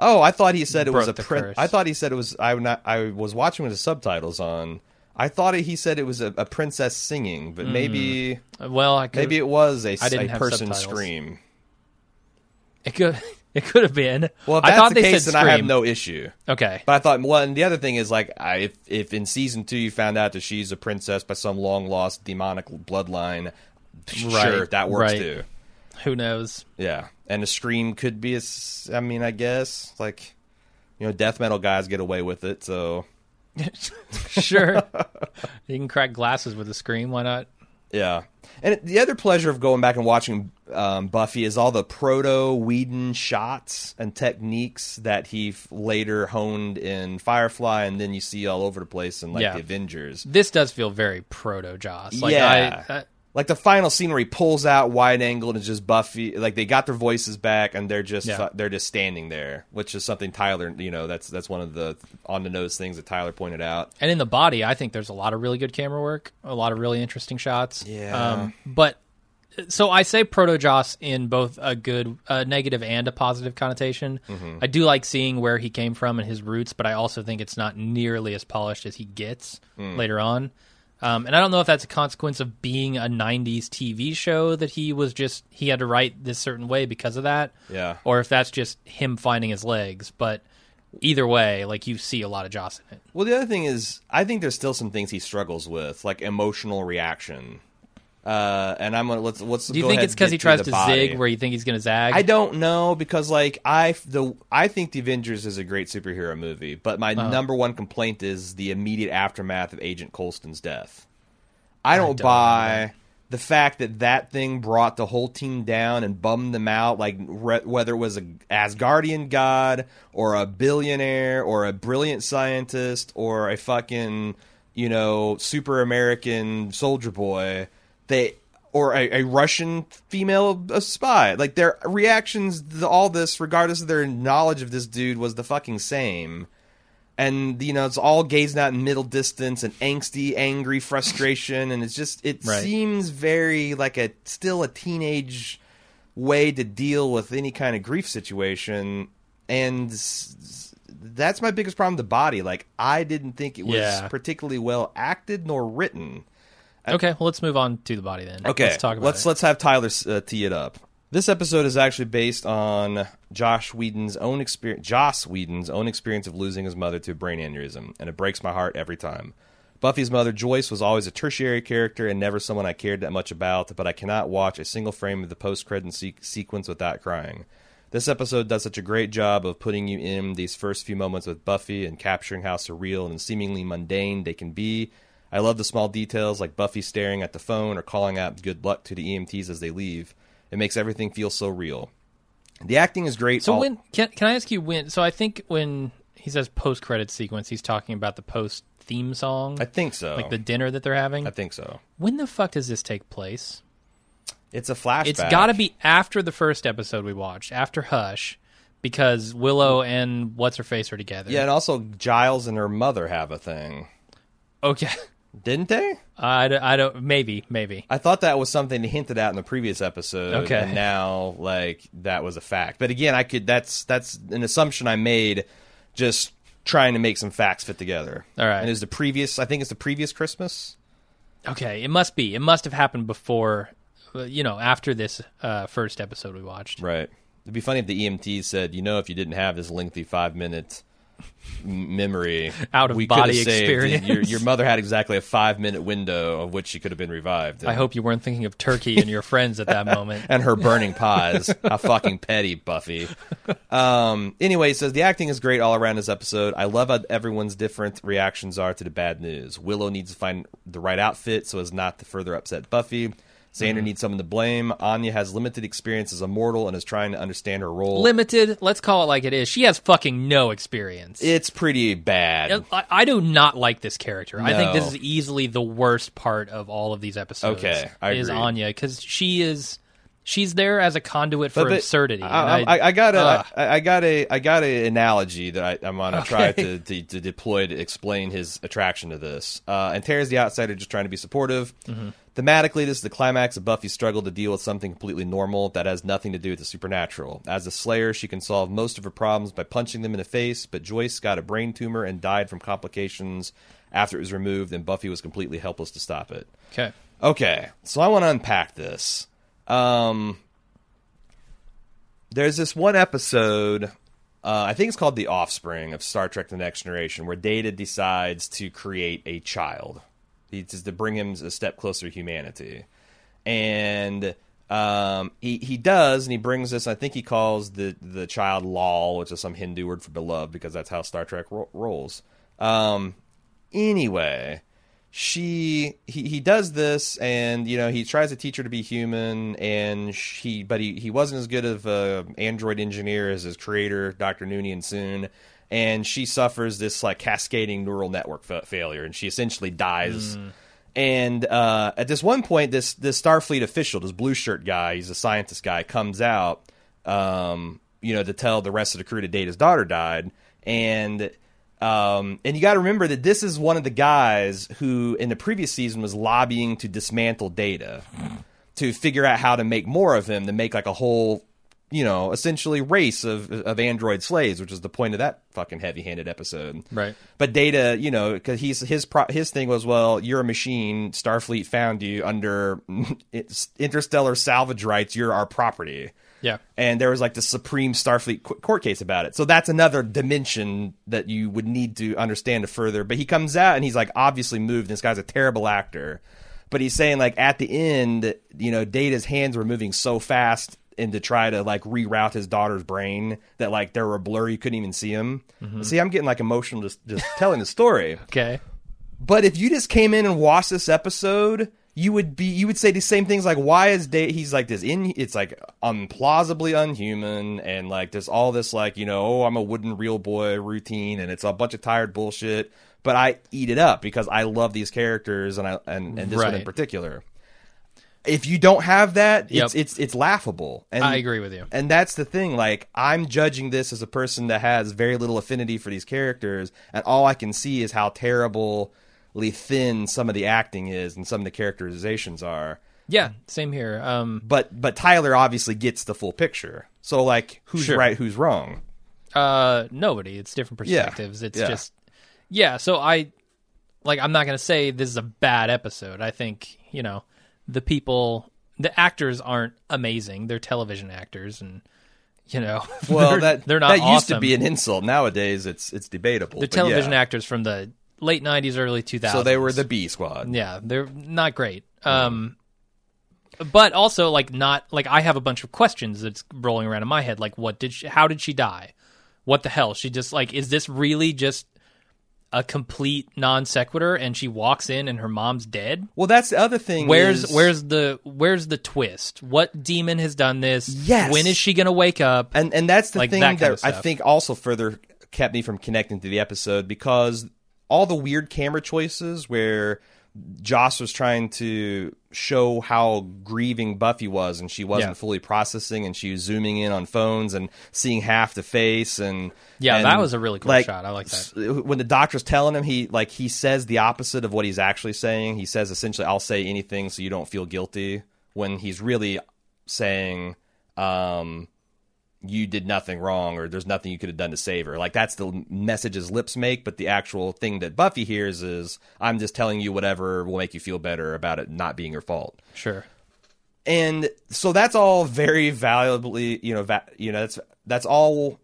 Oh, I thought he said it was a
Broke the
prin-
curse.
I thought he said it was. I would not. I was watching with the subtitles on. I thought he said it was a, a princess singing, but maybe
Uh, Well, I could,
maybe it was a,
I
a
didn't have
person
subtitles.
scream.
it could it could have been.
Well, if
I
that's
thought
the
they
case,
said
then I have
scream.
no issue.
Okay.
But I thought, well, and the other thing is like, I, if if in season two you found out that she's a princess by some long lost demonic bloodline, sure
Right,
that works
right.
too.
Who knows?
Yeah, and a scream could be a. s- I mean, I guess like, you know, death metal guys get away with it. So
sure. you can crack glasses with a scream. Why not?
yeah, and it- the other pleasure of going back and watching um, Buffy is all the proto Whedon shots and techniques that he f- later honed in Firefly, and then you see all over the place in like
Yeah.
the Avengers.
This does feel very proto Joss. Like
yeah.
I, I
like the final scene where he pulls out wide angle and it's just Buffy. Like they got their voices back and they're just
Yeah.
they're just standing there, which is something Tyler. You know, that's that's one of the on the nose things that Tyler pointed out.
and in the body, I think there's a lot of really good camera work, a lot of really interesting shots. Um,
Yeah.
but so I say proto Joss in both a good, a negative, and a positive connotation.
Mm-hmm.
I do like seeing where he came from and his roots, but I also think it's not nearly as polished as he gets
Mm.
later on. Um, and I don't know if that's a consequence of being a '90s TV show that he was just he had to write this certain way because of that,
Yeah.
or if that's just him finding his legs. But either way, like you see a lot of Joss in it.
Well, the other thing is, I think there's still some things he struggles with, like emotional reaction. Uh, and I'm gonna let's let's.
Do you think it's because he tries to zig where you think he's going to zag?
I don't know because like I the I think the Avengers is a great superhero movie, but my
Uh-huh.
number one complaint is the immediate aftermath of Agent Colston's death. I don't,
don't
buy the fact that that thing brought the whole team down and bummed them out. Like re- whether it was a Asgardian god or a billionaire or a brilliant scientist or a fucking you know super American soldier boy, they or a, a Russian female uh, spy. Like their reactions to all this, regardless of their knowledge of this dude, was the fucking same and you know it's all gazing out in middle distance and angsty angry frustration and it's just it
Right.
seems very like a still a teenage way to deal with any kind of grief situation and s- that's my biggest problem with the body like i didn't think it was
Yeah.
particularly well acted nor written
Okay, well, let's move on to the body then.
Okay,
let's talk about
let's
it.
let's have Tyler uh, tee it up. This episode is actually based on Josh Whedon's own experience. Joss Whedon's own experience of losing his mother to a brain aneurysm, and it breaks my heart every time. Buffy's mother Joyce was always a tertiary character and never someone I cared that much about, but I cannot watch a single frame of the post-credit se- sequence without crying. This episode does such a great job of putting you in these first few moments with Buffy and capturing how surreal and seemingly mundane they can be. I love the small details like Buffy staring at the phone or calling out good luck to the EMTs as they leave. It makes everything feel so real. The acting is great.
So
All-
when can can I ask you when? So I think when he says post credit sequence, he's talking about the post theme song,
I think so.
like the dinner that they're having.
I think so.
when the fuck does this take place?
It's a flashback.
It's got to be after the first episode we watched, after Hush, because Willow and what's her face are together.
Yeah, and also Giles and her mother have a thing.
Okay.
Didn't they?
I, d- I don't. Maybe. Maybe.
I thought that was something hinted at in the previous episode.
Okay.
And now, like, that was a fact. But again, I could. That's that's an assumption I made, just trying to make some facts fit together.
All right.
And it was the previous. I think it's the previous Christmas.
Okay. It must be. It must have happened before. uh, You know, after this uh, first episode we watched.
Right. It'd be funny if the EMT said, "You know, if you didn't have this lengthy five minute m- memory,
Out of
we coulda
body
saved it.
experience.
Your, your mother had exactly a five minute window of which she could have been revived."
I hope you weren't thinking of turkey and your friends at that moment.
and her burning pies. How fucking petty, Buffy. Um, anyway, says the acting is great all around this episode. I love how everyone's different reactions are to the bad news. Willow needs to find the right outfit so as not to further upset Buffy. Xander needs someone to blame. Anya has limited experience as a mortal and is trying to understand her role.
Limited. Let's call it like it is. She has fucking no experience.
it's pretty bad.
I, I do not like this character. I think this
No.
is easily the worst part of all of these episodes.
Okay, I
is
agree.
Anya because she is she's there as a conduit for
But-
absurdity.
I,
and
I, I got a,
Ugh.
I, I got a, I got a analogy that I, I'm gonna try
Okay.
to, to, to deploy to explain his attraction to this. Uh, and Terry's the outsider, just trying to be supportive.
Mm-hmm.
Thematically, this is the climax of Buffy's struggle to deal with something completely normal that has nothing to do with the supernatural. As a Slayer, she can solve most of her problems by punching them in the face. But Joyce got a brain tumor and died from complications after it was removed, and Buffy was completely helpless to stop it.
okay.
Okay, so I want to unpack this. Um, there's this one episode, uh, I think it's called The Offspring of Star Trek The Next Generation, where Data decides to create a child. He just to bring him a step closer to humanity. And um, he, he does, and he brings this, I think he calls the, the child Lal, which is some Hindu word for beloved, because that's how Star Trek ro- rolls. Um, anyway she he, he does this and you know he tries to teach her to be human and she but he, he wasn't as good of a android engineer as his creator dr noonien soon and she suffers this like cascading neural network fa- failure and she essentially dies and uh, at this one point this this starfleet official this blue shirt guy he's a scientist guy comes out um, you know to tell the rest of the crew that data's daughter died and um, and you got to remember that this is one of the guys who, in the previous season, was lobbying to dismantle Data, to figure out how to make more of him, to make like a whole, you know, essentially race of of android slaves, which is the point of that fucking heavy-handed episode.
Right.
But Data, you know, because he's his pro- his thing was, well, you're a machine. Starfleet found you under it's interstellar salvage rights. You're our property
Yeah.
and there was like the Supreme Starfleet qu- court case about it. So that's another dimension that you would need to understand to further. But he comes out and he's like obviously moved. This guy's a terrible actor, but he's saying like at the end, you know, Data's hands were moving so fast and to try to like reroute his daughter's brain that like there were blur you couldn't even see him. See, I'm getting like emotional just just telling the story.
Okay.
But if you just came in and watched this episode, you would be you would say the same things like why is Data he's like this in it's like unplausibly unhuman and like there's all this like, you know, oh I'm a wooden real boy routine and it's a bunch of tired bullshit. But I eat it up because I love these characters and I and, and this one in
Right.
particular. If you don't have that, it's
Yep.
it's it's laughable. And
I agree with you.
and that's the thing. Like, I'm judging this as a person that has very little affinity for these characters, and all I can see is how terribly thin some of the acting is and some of the characterizations are.
Yeah. Same here. Um.
But but Tyler obviously gets the full picture. So like, who's
Sure.
right, who's wrong?
Uh. Nobody. It's different
Yeah.
perspectives. It's
Yeah.
just. Yeah. So I, like, I'm not gonna say this is a bad episode. I think you know the people, the actors aren't amazing. They're television actors, and you know,
Well,
they're,
that
they're not.
that used
awesome.
to be an insult. Nowadays, it's it's debatable.
They're television actors from the late '90s, early 2000s.
So they were the B squad.
yeah, they're not great. Um, but also like not like I have a bunch of questions that's rolling around in my head. Like, what did she? How did she die? What the hell? She just like is this really just a complete non sequitur? And she walks in and her mom's dead.
Well, that's the other thing.
Where's
is-
where's the where's the twist? What demon has done this?
Yes.
When is she gonna wake up?
and and that's the
Like
thing
that
that,
kind of
I
stuff.
think also further kept me from connecting to the episode because all the weird camera choices where Joss was trying to show how grieving Buffy was, and she wasn't
Yeah.
fully processing, and she was zooming in on phones and seeing half the face, and
Yeah,
and,
that was a really cool shot. I like that.
s- When the doctor's telling him, he like he says the opposite of what he's actually saying. He says essentially, "I'll say anything so you don't feel guilty," when he's really saying, um, "You did nothing wrong," or "There's nothing you could have done to save her." Like that's the message his lips make, but the actual thing that Buffy hears is, "I'm just telling you whatever will make you feel better about it not being your fault."
Sure.
and so that's all very valuably you know va- you know that's that's all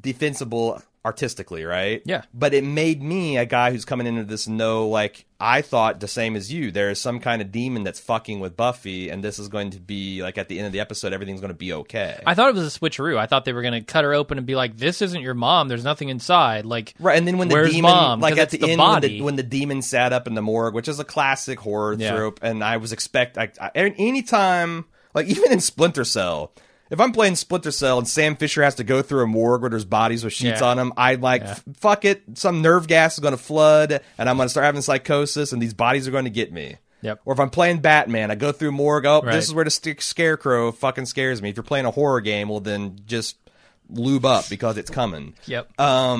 defensible artistically right
Yeah.
but it made me a guy who's coming into this know like i thought the same as you there is some kind of demon that's fucking with buffy and this is going to be like at the end of the episode everything's going to be okay
I thought it was a switcheroo. I thought they were going to cut her open and be like, "This isn't your mom. There's nothing inside." Like,
Right, and then when the
where's
demon,
mom?
like
'Cause
at
it's
the,
the
end, when
body,
the, when the demon sat up in the morgue, which is a classic horror
Yeah.
trope, and I was expect, I, I, any time, like even in Splinter Cell, if I'm playing Splinter Cell and Sam Fisher has to go through a morgue where there's bodies with sheets
Yeah.
on them, I like f- fuck it, some nerve gas is going to flood, and I'm going to start having psychosis, and these bodies are going to get me.
Yep.
Or if I'm playing Batman, I go through morgue. Oh,
Right.
this is where the st- scarecrow fucking scares me. If you're playing a horror game, well then just lube up because it's coming.
yep,
Uh,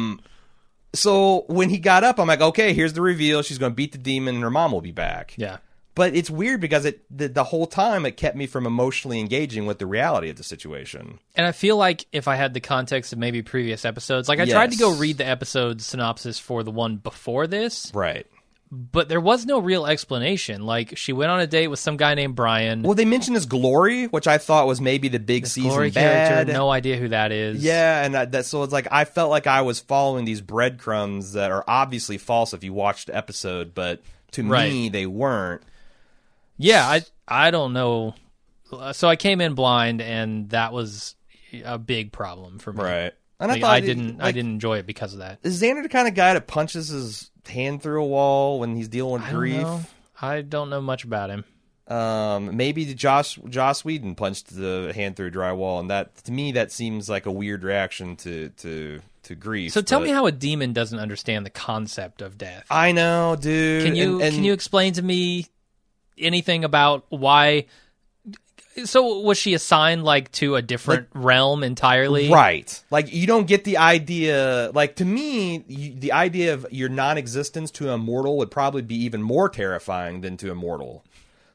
So when he got up, I'm like, okay, here's the reveal. She's going to beat the demon, and her mom will be back.
yeah,
But it's weird because it the, the whole time it kept me from emotionally engaging with the reality of the situation.
and I feel like if I had the context of maybe previous episodes, like I tried to go
Yes.
read the episode synopsis for the one before this,
Right.
but there was no real explanation. Like, she went on a date with some guy named Brian.
Well, they mentioned his glory, which I thought was maybe the big season
Glory
bad.
character, no idea who that is.
Yeah, and I, that so it's like I felt like I was following these breadcrumbs that are obviously false if you watched the episode, but to me
Right.
they weren't.
yeah. I I don't know. Uh, So I came in blind, and that was a big problem for me.
And I
Like,
thought
I,
it-
didn't I
like,
didn't enjoy it because of that.
Is Xander the kind of guy that punches his hand through a wall when he's dealing with
I don't
grief?
know. I don't know much about him.
Um, maybe the Josh Joss Whedon punched the hand through drywall, and that to me that seems like a weird reaction to to to grief.
So tell
but-
me how a demon doesn't understand the concept of death.
I know, dude.
Can you
and, and
can you explain to me anything about why? So was she assigned like to a different realm entirely?
Right. Like you don't get the idea. Like to me, you, the idea of your non-existence to a mortal would probably be even more terrifying than to a mortal.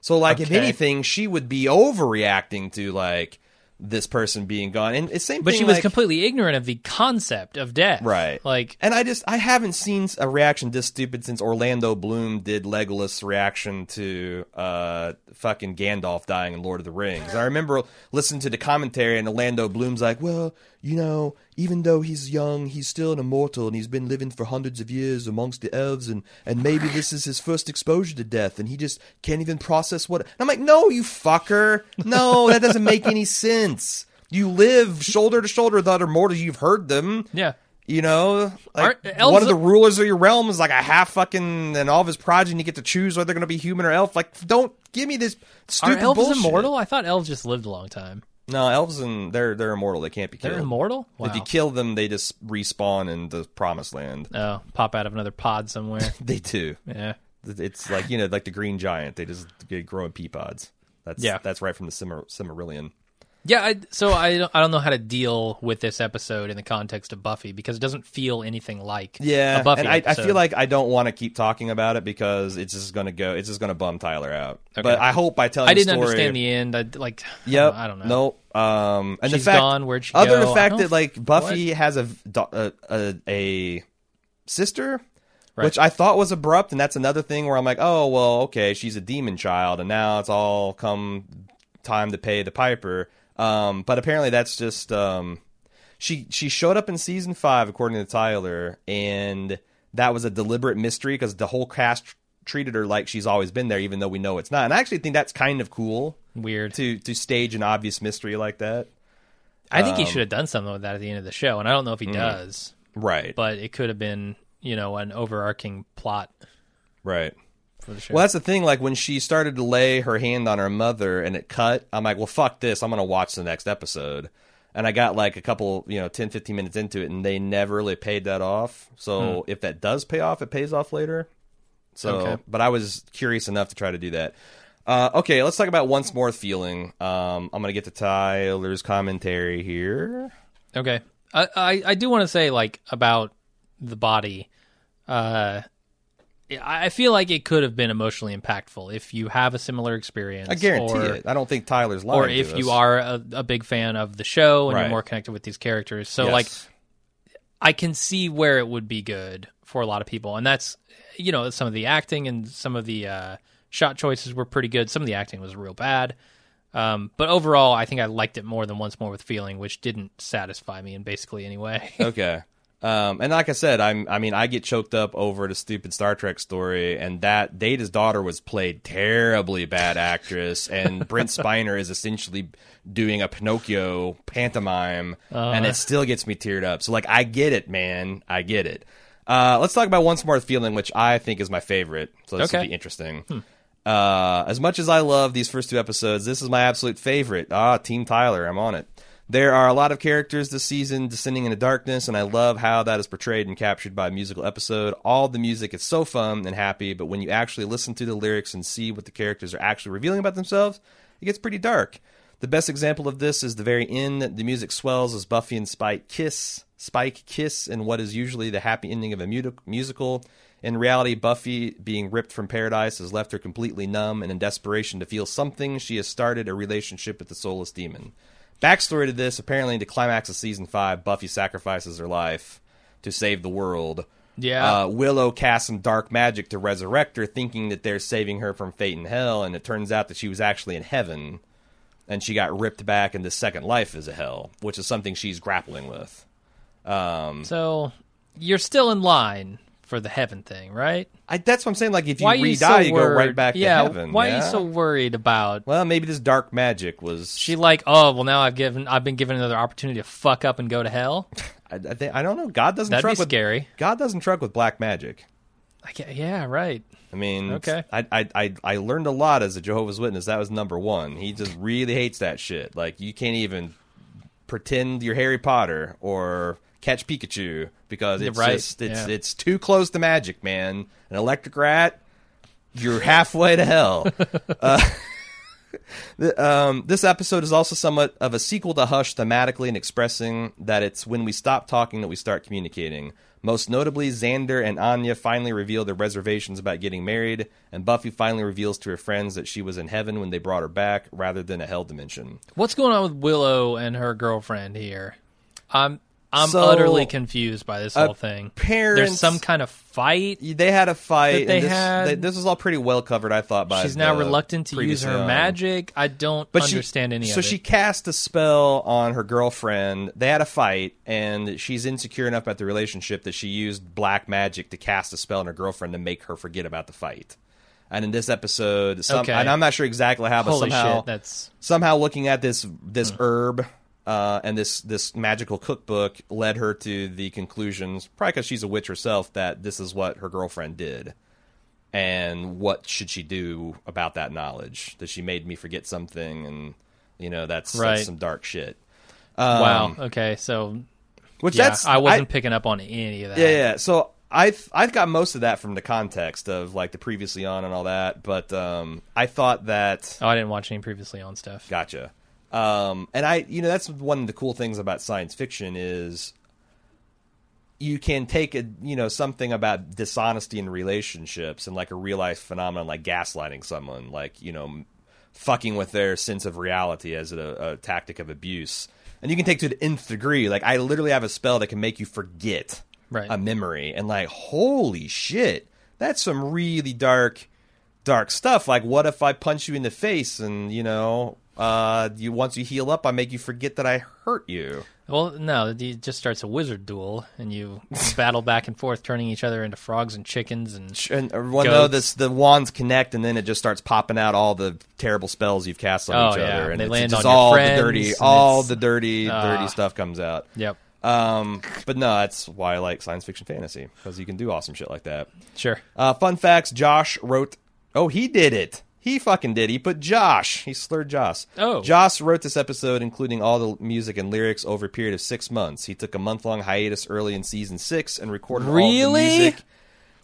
So like if
Okay.
anything, she would be overreacting to like this person being gone. And it's same
But
thing,
she was
like-
completely ignorant of the concept of death.
Right.
Like
And I just I haven't seen a reaction this stupid since Orlando Bloom did Legolas' reaction to uh fucking Gandalf dying in Lord of the Rings. I remember listening to the commentary and Orlando Bloom's like, "Well, you know, even though he's young, he's still an immortal and he's been living for hundreds of years amongst the elves and and maybe this is his first exposure to death and he just can't even process what." And I'm like, "No, you fucker. No, that doesn't make any sense." You live shoulder to shoulder with other mortals. You've heard them.
yeah.
You know, like
Aren't elves-
one of the rulers of your realm is like a half fucking, and all of his progeny get to choose whether they're going to be human or elf. Like, don't give me this
Are
stupid
elves
bullshit.
immortal? I thought elves just lived a long time.
No, elves and they're they're immortal. They can't be
They're
killed.
immortal? Wow.
If you kill them, they just respawn in the promised land.
oh, pop out of another pod somewhere.
They do.
yeah.
It's like you know, like the green giant. They just they grow in pea pods. That's
Yeah.
That's right from the Cimmer- Cimmerillion.
Yeah, I, so I don't, I don't know how to deal with this episode in the context of Buffy because it doesn't feel anything like
Yeah,
a Buffy
and I, I
episode.
feel like I don't want to keep talking about it because it's just gonna go. It's just gonna bum Tyler out. But I hope by telling
I didn't
the story,
understand the end. I d- like
Yep.
I don't know.
Nope. Um, and the
She's
fact,
gone, where'd she
other than
go?
the
I
fact
don't-
that like Buffy has a, v- do- a a a sister, which I thought was abrupt, and that's another thing where I'm like, oh well, okay, she's a demon child, and now it's all come time to pay the piper. Um, but apparently that's just um, she she showed up in season five according to Tyler, and that was a deliberate mystery because the whole cast tr- treated her like she's always been there, even though we know it's not. And I actually think that's kind of cool
Weird.
to to stage an obvious mystery like that.
I think
Um,
he should have done something with that at the end of the show, and I don't know if
Mm-hmm.
he does,
Right.
but it could have been you know an overarching plot
right.
for the show.
Well, that's the thing. Like when she started to lay her hand on her mother and it cut, I'm like, well, fuck this. I'm going to watch the next episode. And I got like a couple, you know, 10, 15 minutes into it and they never really paid that off. So if that does pay off, it pays off later. So,
Hmm. Okay.
but I was curious enough to try to do that. Uh, okay, let's talk about once more feeling. Um, I'm gonna get to Tyler's commentary here.
Okay. I, I, I do want to say like about the body. Uh, I I feel like it could have been emotionally impactful if you have a similar experience.
I guarantee
or,
it. I don't think Tyler's lying.
Or
to
if you
us.
are a, a big fan of the show and
Right.
you're more connected with these characters. So
Yes.
like I can see where it would be good for a lot of people, and that's you know some of the acting and some of the uh, shot choices were pretty good. Some of the acting was real bad, um, but overall, I think I liked it more than once more with feeling, which didn't satisfy me in basically any way.
okay. Um, and like I said, I'm. I mean, I get choked up over the stupid Star Trek story, and that Data's daughter was played terribly bad actress, and Brent Spiner is essentially doing a Pinocchio pantomime, and it still gets me teared up. So like, I get it, man. I get it. Uh, let's talk about once more feeling, which I think is my favorite. So this
Okay.
will be interesting. Uh, as much as I love these first two episodes, this is my absolute favorite. Ah, Team Tyler, I'm on it. There are a lot of characters this season descending into darkness, and I love how that is portrayed and captured by a musical episode. All the music is so fun and happy, but when you actually listen to the lyrics and see what the characters are actually revealing about themselves, it gets pretty dark. The best example of this is the very end. The music swells as Buffy and Spike kiss. Spike kiss in what is usually the happy ending of a mu- musical. In reality, Buffy, being ripped from paradise, has left her completely numb, and in desperation to feel something, she has started a relationship with the soulless demon. Backstory to this apparently, in the climax of season five, Buffy sacrifices her life to save the world.
Yeah.
Uh, Willow casts some dark magic to resurrect her, thinking that they're saving her from fate in hell, and it turns out that she was actually in heaven and she got ripped back into second life as a hell, which is something she's grappling with. Hmm.
so you're still in line for the heaven thing, right?
I, that's what I'm saying. Like if you
Why are
re-die, you,
you so
go
worried?
right back
yeah,
to heaven.
Why
yeah?
are you so worried about?
Well, maybe this dark magic was.
She like, oh well, now I've given, I've been given another opportunity to fuck up and go to hell.
I, I, think, I don't know. God doesn't
That'd
truck
be
with
scary.
God doesn't truck with black magic.
I ca- yeah, right.
I mean,
Okay.
I, I I I learned a lot as a Jehovah's Witness. That was number one. He just really hates that shit. Like you can't even pretend you're Harry Potter or catch Pikachu because it's
right,
just it's
yeah.
it's too close to magic, man. An electric rat, you're halfway to hell. Uh, Um, this episode is also somewhat of a sequel to Hush thematically and expressing that it's when we stop talking that we start communicating. Most notably, Xander and Anya finally reveal their reservations about getting married, and Buffy finally reveals to her friends that she was in heaven when they brought her back rather than a hell dimension.
What's going on with Willow and her girlfriend here? I'm I'm
So, uh,
utterly confused by this whole thing.
parents-
There's some kind of fight.
They had a fight.
That they
and this,
had-
they- this was all pretty well covered, I thought. By
She's now
the
reluctant to use
previous
her
round.
magic. I don't
uh, But
understand
she,
any
so
of it.
she cast a spell on her girlfriend. They had a fight, and she's insecure enough about the relationship that she used black magic to cast a spell on her girlfriend to make her forget about the fight. And in this episode, some,
Okay.
and I'm not sure exactly how, but
Holy
somehow
shit, that's
somehow looking at this this
Hmm.
herb uh, and this this magical cookbook led her to the conclusions, probably because she's a witch herself, that this is what her girlfriend did, and what should she do about that knowledge that she made me forget something, and you know that's, that's
Right.
some dark shit. Um,
wow. Okay, so
Which
yeah,
that's
I wasn't picking up on any of that.
yeah, yeah. So I've I've got most of that from the context of like the previously on and all that, but um, I thought that
Oh, I didn't watch any previously on stuff.
Gotcha. Um, and I, you know, that's one of the cool things about science fiction is you can take a, you know, something about dishonesty in relationships and like a real life phenomenon, like gaslighting someone, like you know, m- fucking with their sense of reality as a, a tactic of abuse, and you can take to the nth degree. Like I literally have a spell that can make you forget
Right.
a memory, and like, holy shit, that's some really dark dark stuff. Like, what if I punch you in the face and you know, uh, you once you heal up, I make you forget that I hurt you.
Well, no, it just starts a wizard duel, and you battle back and forth, turning each other into frogs and chickens, and
And everyone know
Goats.
this, the wands connect, and then it just starts popping out all the terrible spells you've cast on
Oh,
each
yeah.
other, and
They
it's
land
just
on your
all
friends,
the dirty,
and
all
it's- Ah.
the dirty, dirty stuff comes out.
yep,
Um, but no, that's why I like science fiction fantasy because you can do awesome shit like that.
sure.
Uh, fun facts: Josh wrote. Oh, he did it. He fucking did. He put Josh. He slurred Josh.
Oh.
Josh wrote this episode, including all the music and lyrics, over a period of six months. He took a month long hiatus early in season six and recorded all
Really?
the music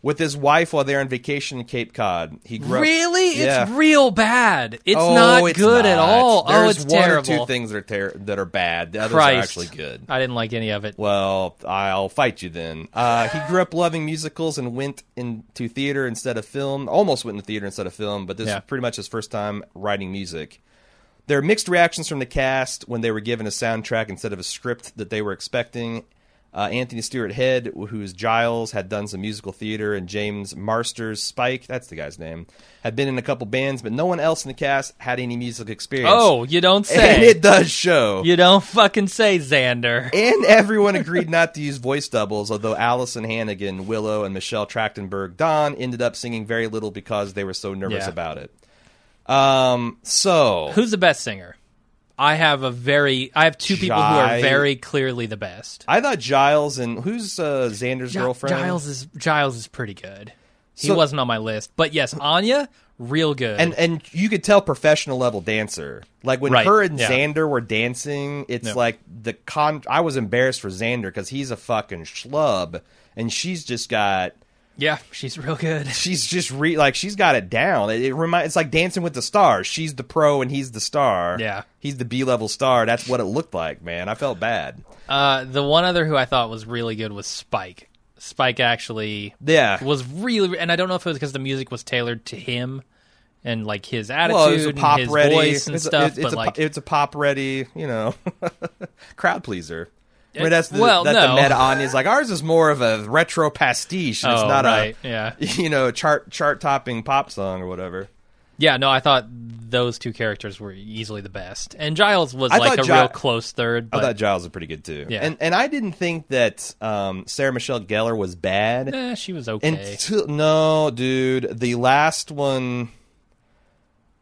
with his wife while they're on vacation in Cape Cod. He grew up-
Really?
Yeah.
It's real bad. It's
Oh,
not
it's
good at
not.
all. oh,
There's
it's
one
terrible.
or two things that are ter- that are bad. The others
Christ.
are actually good.
I didn't like any of it.
Well, I'll fight you then. Uh, he grew up loving musicals and went into theater instead of film. Almost went into theater instead of film, but this
Yeah.
is pretty much his first time writing music. There are mixed reactions from the cast when they were given a soundtrack instead of a script that they were expecting. Uh, Anthony Stewart Head, whose Giles had done some musical theater, and James Marsters Spike, that's the guy's name, had been in a couple bands, but no one else in the cast had any music experience.
Oh, you don't
and
say.
it does show.
you don't fucking say, Xander.
And everyone agreed not to use voice doubles, although Allison Hannigan, Willow, and Michelle Trachtenberg Don ended up singing very little because they were so nervous
Yeah.
about it. Um, so
Who's the best singer? I have a very. I have two people who are
Gi-
very clearly the best.
I thought Giles and who's uh, Xander's
Gi-
girlfriend?
Giles is Giles is pretty good. He
So-
wasn't on my list, but yes, Anya, real good.
and and you could tell professional level dancer. Like when
Right,
her and
yeah.
Xander were dancing, it's
Yeah.
like the con. I was embarrassed for Xander because he's a fucking schlub, and she's just got
yeah, she's real good.
she's just re like she's got it down. It, it remind it's like Dancing with the Stars. She's the pro and he's the star.
Yeah.
he's the B level star. That's what it looked like, man. I felt bad.
Uh, the one other who I thought was really good was Spike. Spike actually
Yeah,
was really, and I don't know if it was because the music was tailored to him and like his attitude,
well, it's a pop
and his
ready.
voice and
it's
stuff.
a, it's,
but
a,
like,
it's a pop ready. You know, crowd pleaser. I
It-
mean, that's the,
well,
that's
no.
the meta on is like ours is more of a retro pastiche. And
Oh,
it's not
right,
a
yeah.
you know chart chart topping pop song or whatever.
yeah, no, I thought those two characters were easily the best, and Giles was
I
like a
thought
real
Gi-
close third.
I
But
thought Giles was pretty good too.
Yeah.
and and I didn't think that um, Sarah Michelle Gellar was bad.
eh, she was okay.
Until no, dude, the last one.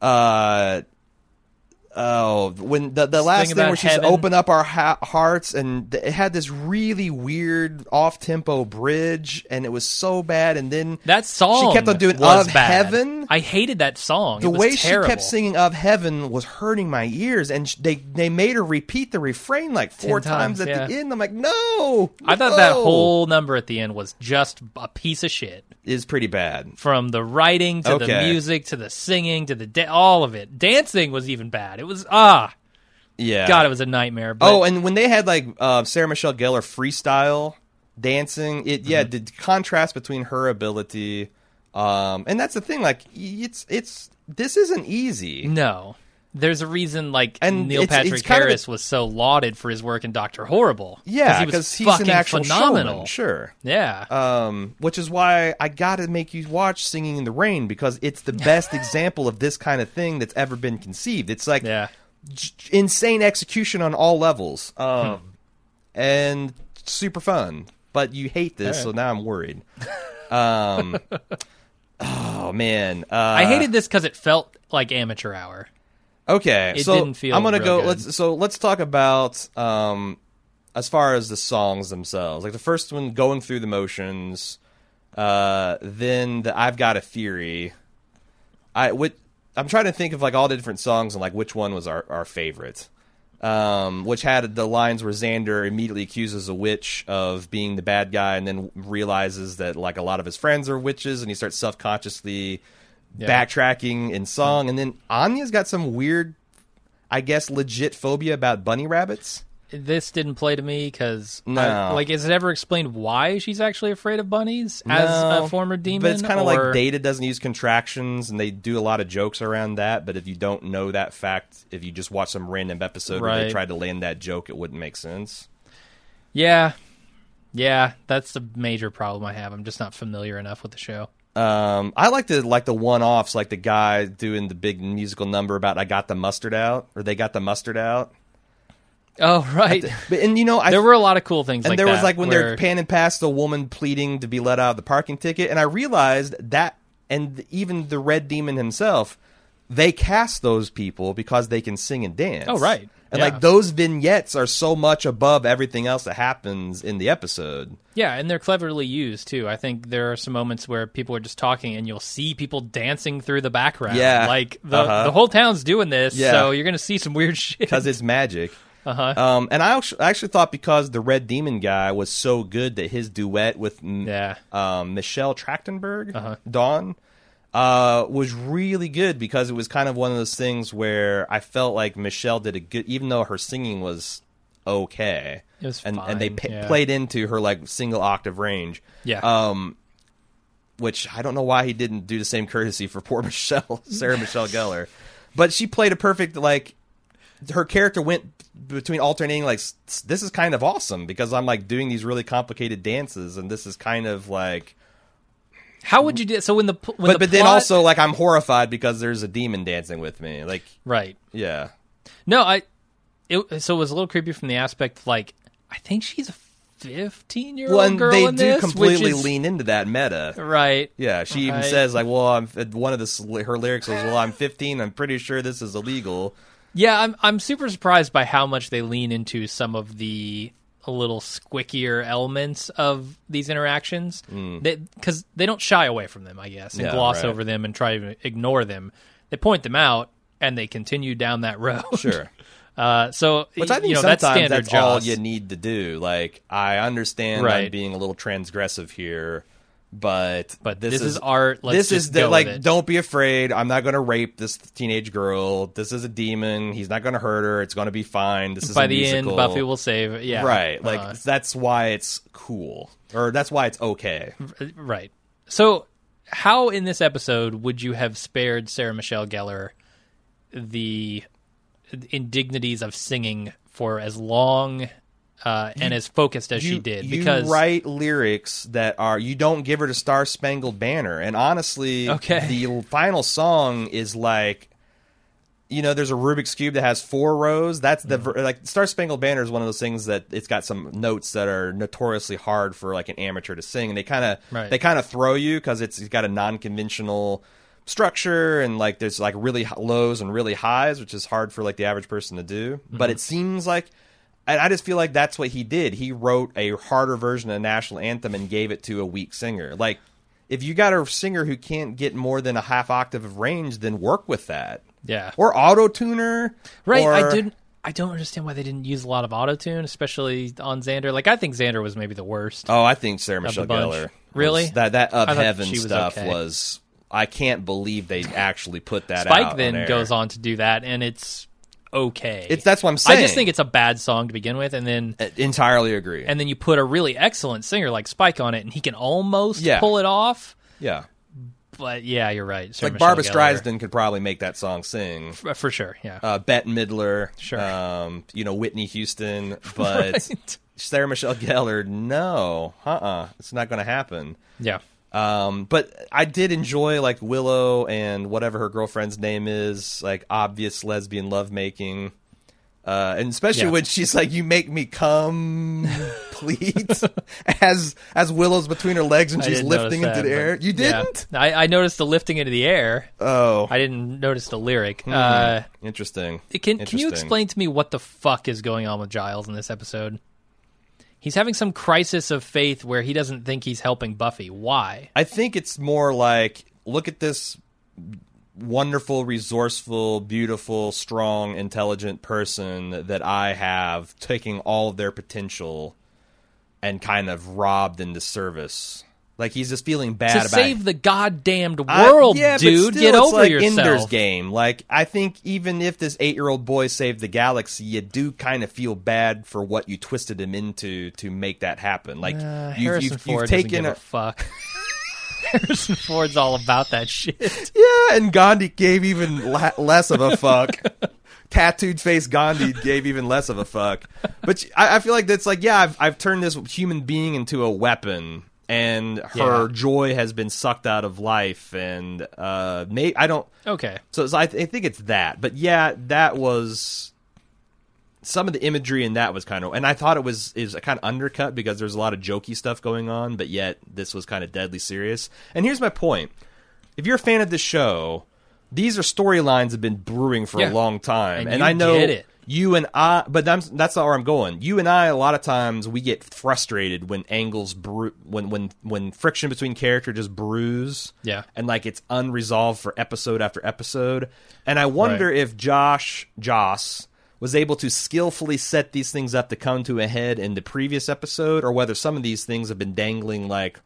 Uh. Oh, when the the last
thing
thing,
about
where she's
heaven.
open up our ha- hearts and th- it had this really weird off tempo bridge and it was so bad and then
that song
she kept on doing
was
of
bad.
heaven
I hated that song.
the
It was
way
terrible.
she kept singing of heaven was hurting my ears and sh- they they made her repeat the refrain like four
Ten
times,
times,
at the
yeah.
end I'm like no
I thought that
no.
whole number at the end was just a piece of shit.
is pretty bad
From the writing to the
Okay.
music to the singing to the da- all of it. Dancing was even bad. It was ah
yeah
god, it was a nightmare. But
Oh, and when they had like uh, Sarah Michelle Gellar freestyle dancing, it yeah,
Mm-hmm.
the contrast between her ability, um, and that's the thing. Like y- it's it's this isn't easy.
no. There's a reason like
And
Neil
it's- it's
Patrick
kind of a-
Harris was so lauded for his work in Doctor Horrible.
Yeah,
he was
because he's
fucking
an actual
phenomenal.
showman, sure.
Yeah.
Um, which is why I gotta make you watch Singing in the Rain because it's the best example of this kind of thing that's ever been conceived. It's like
yeah.
j- insane execution on all levels,
Hmm.
um, and super fun. But you hate this, so now I'm worried. Um, oh man, uh,
I hated this cuz it felt like amateur hour.
Uh, Okay,
It
so
didn't feel
I'm gonna
real
go.
good.
Let's so let's talk about um, as far as the songs themselves. Like the first one, going through the motions. Uh, then the I've got a theory. I would. I'm trying to think of like all the different songs and like which one was our our favorite. Um, which had the lines where Xander immediately accuses a witch of being the bad guy, and then realizes that like a lot of his friends are witches, and he starts self consciously backtracking in
Hmm.
song, and then Anya's got some weird, I guess, legit phobia about bunny rabbits.
This didn't play to me because,
No.
like, is it ever explained why she's actually afraid of bunnies as
No,
a former demon?
but it's kind of like
or-
Data doesn't use contractions, and they do a lot of jokes around that. But if you don't know that fact, if you just watch some random episode where
Right.
they tried to land that joke, it wouldn't make sense.
Yeah. Yeah, that's the major problem I have. I'm just not familiar enough with the show.
Um, I like the like the one offs, like the guy doing the big musical number about "I got the mustard out" or "They got the mustard out."
Oh, right.
But and you know, I
there were a lot of cool things
and
like
there was
that
like when
where-
they're panning past the woman pleading to be let out of the parking ticket and i realized that and even the red demon himself they cast those people because they can sing and dance
Oh, right.
and
Yeah.
like those vignettes are so much above everything else that happens in the episode
Yeah, and they're cleverly used, too. I think there are some moments where people are just talking and you'll see people dancing through the background.
Yeah.
Like, the,
Uh-huh.
the whole town's doing this,
Yeah.
so you're going to see some weird shit.
because it's magic
Uh-huh.
Um, and I actu- I actually thought because the Red Demon guy was so good that his duet with M-
Yeah. Uh-huh.
um, Michelle Trachtenberg, Dawn, uh, was really good because it was kind of one of those things where I felt like Michelle did a good, even though her singing was okay.
It was
and, and they
fine,
pa-
yeah.
played into her like single octave range.
Yeah.
Um, which I don't know why he didn't do the same courtesy for poor Michelle Sarah Michelle Gellar, but she played a perfect like her character went between alternating like s- s- this is kind of awesome because I'm like doing these really complicated dances and this is kind of like
How would you do? So when the pl- when
but
the
but then
plot-
also like I'm horrified because there's a demon dancing with me like
right.
yeah
No, I. It, so it was a little creepy from the aspect like I think she's a fifteen year
well
old
and
girl
they
in
do
this,
completely
which is,
lean into that meta
right.
Yeah, she even
Right.
says like, "Well, I'm one of the sl- her lyrics was, well, I'm 15. I'm pretty sure this is illegal."
Yeah, I'm I'm super surprised by how much they lean into some of the a little squickier elements of these interactions because they, don't shy away from them, I guess, and
Mm. Yeah,
gloss
right.
over them and try to ignore them. They point them out and they continue down that road.
Sure.
Uh, so
Which I think
you know
sometimes
that's standard
that's all
Jaws.
you need to do. Like, I understand I'm
Right.
being a little transgressive here, but
But this is art, let's
this
just
is
go
the,
with
like,
it.
don't be afraid. I'm not going to rape this teenage girl. This is a demon. He's not going to hurt her. It's going to be fine. This is
By
a
the
musical.
end, Buffy will save. Yeah,
right. Like
Uh,
that's why it's cool, or that's why it's okay.
right. So, how in this episode would you have spared Sarah Michelle Gellar the indignities of singing for as long uh, and as focused as she did? because
write lyrics that are you don't give her the Star Spangled Banner, and honestly,
Okay.
the final song is like. You know, there's a Rubik's cube that has four rows. That's the
Mm-hmm.
ver like Star Spangled Banner is one of those things that it's got some notes that are notoriously hard for like an amateur to sing, and they kind of
Right.
they kind of throw you because it's, it's got a non-conventional structure and like there's like really h- lows and really highs, which is hard for like the average person to do.
Mm-hmm.
But it seems like and I just feel like that's what he did. He wrote a harder version of the national anthem and gave it to a weak singer. Like, if you got a singer who can't get more than a half octave of range, then work with that.
Yeah.
Or auto tuner.
right, I
or-
didn't. I don't understand why they didn't use a lot of auto tune, especially on Xander. Like I think Xander was maybe the worst.
Oh, I think Sarah Michelle
bunch.
Gellar. was-
Really?
that that up
I thought
heaven
she was
stuff
okay.
was. I can't believe they actually put that out.
Spike then
on air.
goes on to do that, and it's okay.
It's that's what I'm saying.
I just think it's a bad song to begin with, and then
entirely agree.
and then you put a really excellent singer like Spike on it, and he can almost
Yeah.
pull it off.
yeah,
But yeah, you're right. Sarah
like
Michelle
Barbara
Gellar.
Streisand could probably make that song sing.
F- for sure. Yeah,
uh, Bette Midler,
Sure.
um, you know Whitney Houston, but
Right.
Sarah Michelle Gellar, no, uh, uh it's not going to happen.
yeah.
Um, but I did enjoy like Willow and whatever her girlfriend's name is, like obvious lesbian lovemaking. Uh, and especially
Yeah.
when she's like, "You make me come, please," as as Willow's between her legs and
I
she's
didn't
lifting
notice
into
that,
the air.
but-
You
yeah.
didn't?
I, I noticed the lifting into the air.
Oh,
I didn't notice the lyric. Uh,
interesting.
it- can Can you
Hmm. Interesting.
explain to me what the fuck is going on with Giles in this episode? He's having some crisis of faith where he doesn't think he's helping Buffy. Why?
I think it's more like look at this wonderful, resourceful, beautiful, strong, intelligent person that I have taking all of their potential and kind of robbed into service. Like he's just feeling bad
To
about
save the goddamned
I-
world,
yeah, but
dude.
still,
Get
it's
over
like
yourself.
Ender's game. Like I think even if this eight-year-old boy saved the galaxy, you do kind of feel bad for what you twisted him into to make that happen. Like
Uh,
you've,
Harrison
you've, you've
Ford doesn't
taken
give a, fuck. Harrison Ford's all about that shit.
Yeah, and Gandhi gave even la- less of a fuck. Tattooed face Gandhi gave even less of a fuck. But I, I feel like that's like, yeah, I've, I've turned this human being into a weapon, and her
Yeah.
joy has been sucked out of life. And uh, may- I don't.
Okay,
So, so I, th- I think it's that. But yeah, that was some of the imagery in that was kind of, and I thought it was is kind of undercut because there's a lot of jokey stuff going on, but yet this was kind of deadly serious. And here's my point: if you're a fan of this show, these are storylines have been brewing for
Yeah.
a long time,
And
and
you
I know
get it.
you and I, but I'm, that's not where I'm going. You and I, a lot of times, we get frustrated when angles brew, when when when friction between character just brews,
Yeah.
and like it's unresolved for episode after episode. And I wonder if Josh Joss was able to skillfully set these things up to come to a head in the previous episode, or whether some of these things have been dangling like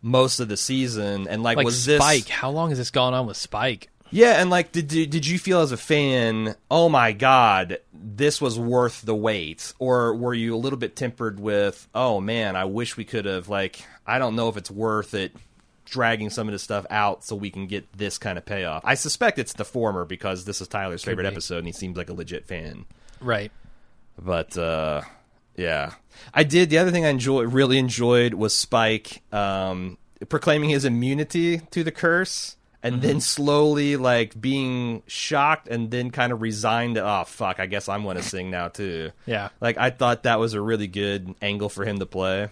most of the season. And like,
Like
was this
Spike, how long has this gone on with Spike?
yeah, and like, did did did you feel as a fan? Oh my god, this was worth the wait, or were you a little bit tempered with? Oh man, I wish we could have. Like, I don't know if it's worth it dragging some of this stuff out so we can get this kind of payoff. I suspect it's the former because this is Tyler's favorite
be.
episode, and he seems like a legit fan.
Right.
But uh, yeah, I did. The other thing I enjoy, really enjoyed was Spike um, proclaiming his immunity to the curse, and
Mm-hmm.
then slowly like being shocked, and then kind of resigned. To, oh fuck! I guess I'm going to sing now too.
Yeah.
Like I thought that was a really good angle for him to play.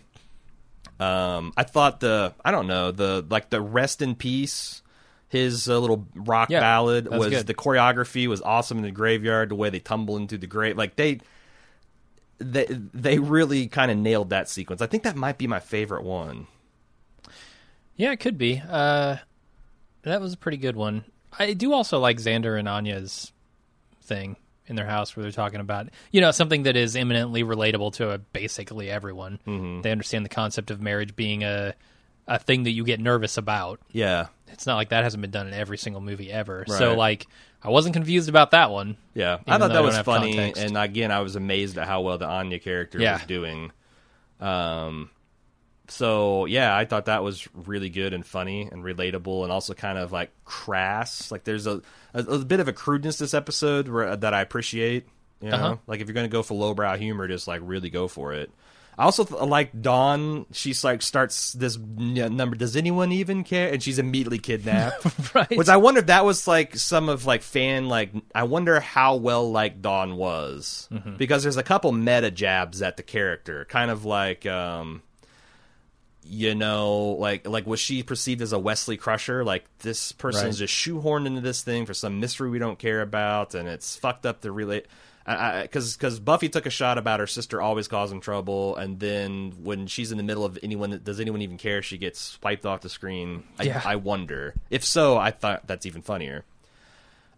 Um, I thought the I don't know the like the rest in peace. His uh, little rock
Yeah,
ballad
that's
was
good.
the choreography was awesome in the graveyard. The way they tumble into the grave, like they they they really kind of nailed that sequence. I think that might be my favorite one.
Yeah, it could be. Uh, that was a pretty good one. I do also like Xander and Anya's thing in their house where they're talking about, you know, something that is eminently relatable to uh, basically everyone. They understand the concept of marriage being a a thing that you get nervous about.
Yeah,
It's not like that hasn't been done in every single movie ever. So
Right.
like I wasn't confused about that one.
yeah. I
Even
thought
though I
that
don't
was
have
funny,
context.
and again, I was amazed at how well the Anya character
Yeah.
was doing. Um, so yeah, I thought that was really good and funny and relatable, and also kind of like crass. Like there's a a, a bit of a crudeness this episode where, uh, that I appreciate. You know,
Uh-huh.
like if you're going to go for lowbrow humor, just like really go for it. I also th- uh, like Dawn. She's like starts this n- number. Does anyone even care? And she's immediately kidnapped.
Right.
Which I wonder if that was like some of like fan like I wonder how well like Dawn was because there's a couple meta jabs at the character, kind of like um you know like like was she perceived as a Wesley Crusher? Like this person is
Right.
just shoehorned into this thing for some mystery we don't care about, and it's fucked up the relate. Because because Buffy took a shot about her sister always causing trouble, and then when she's in the middle of anyone, does anyone even care? She gets swiped off the screen. I,
Yeah.
I wonder. If so, I thought that's even funnier.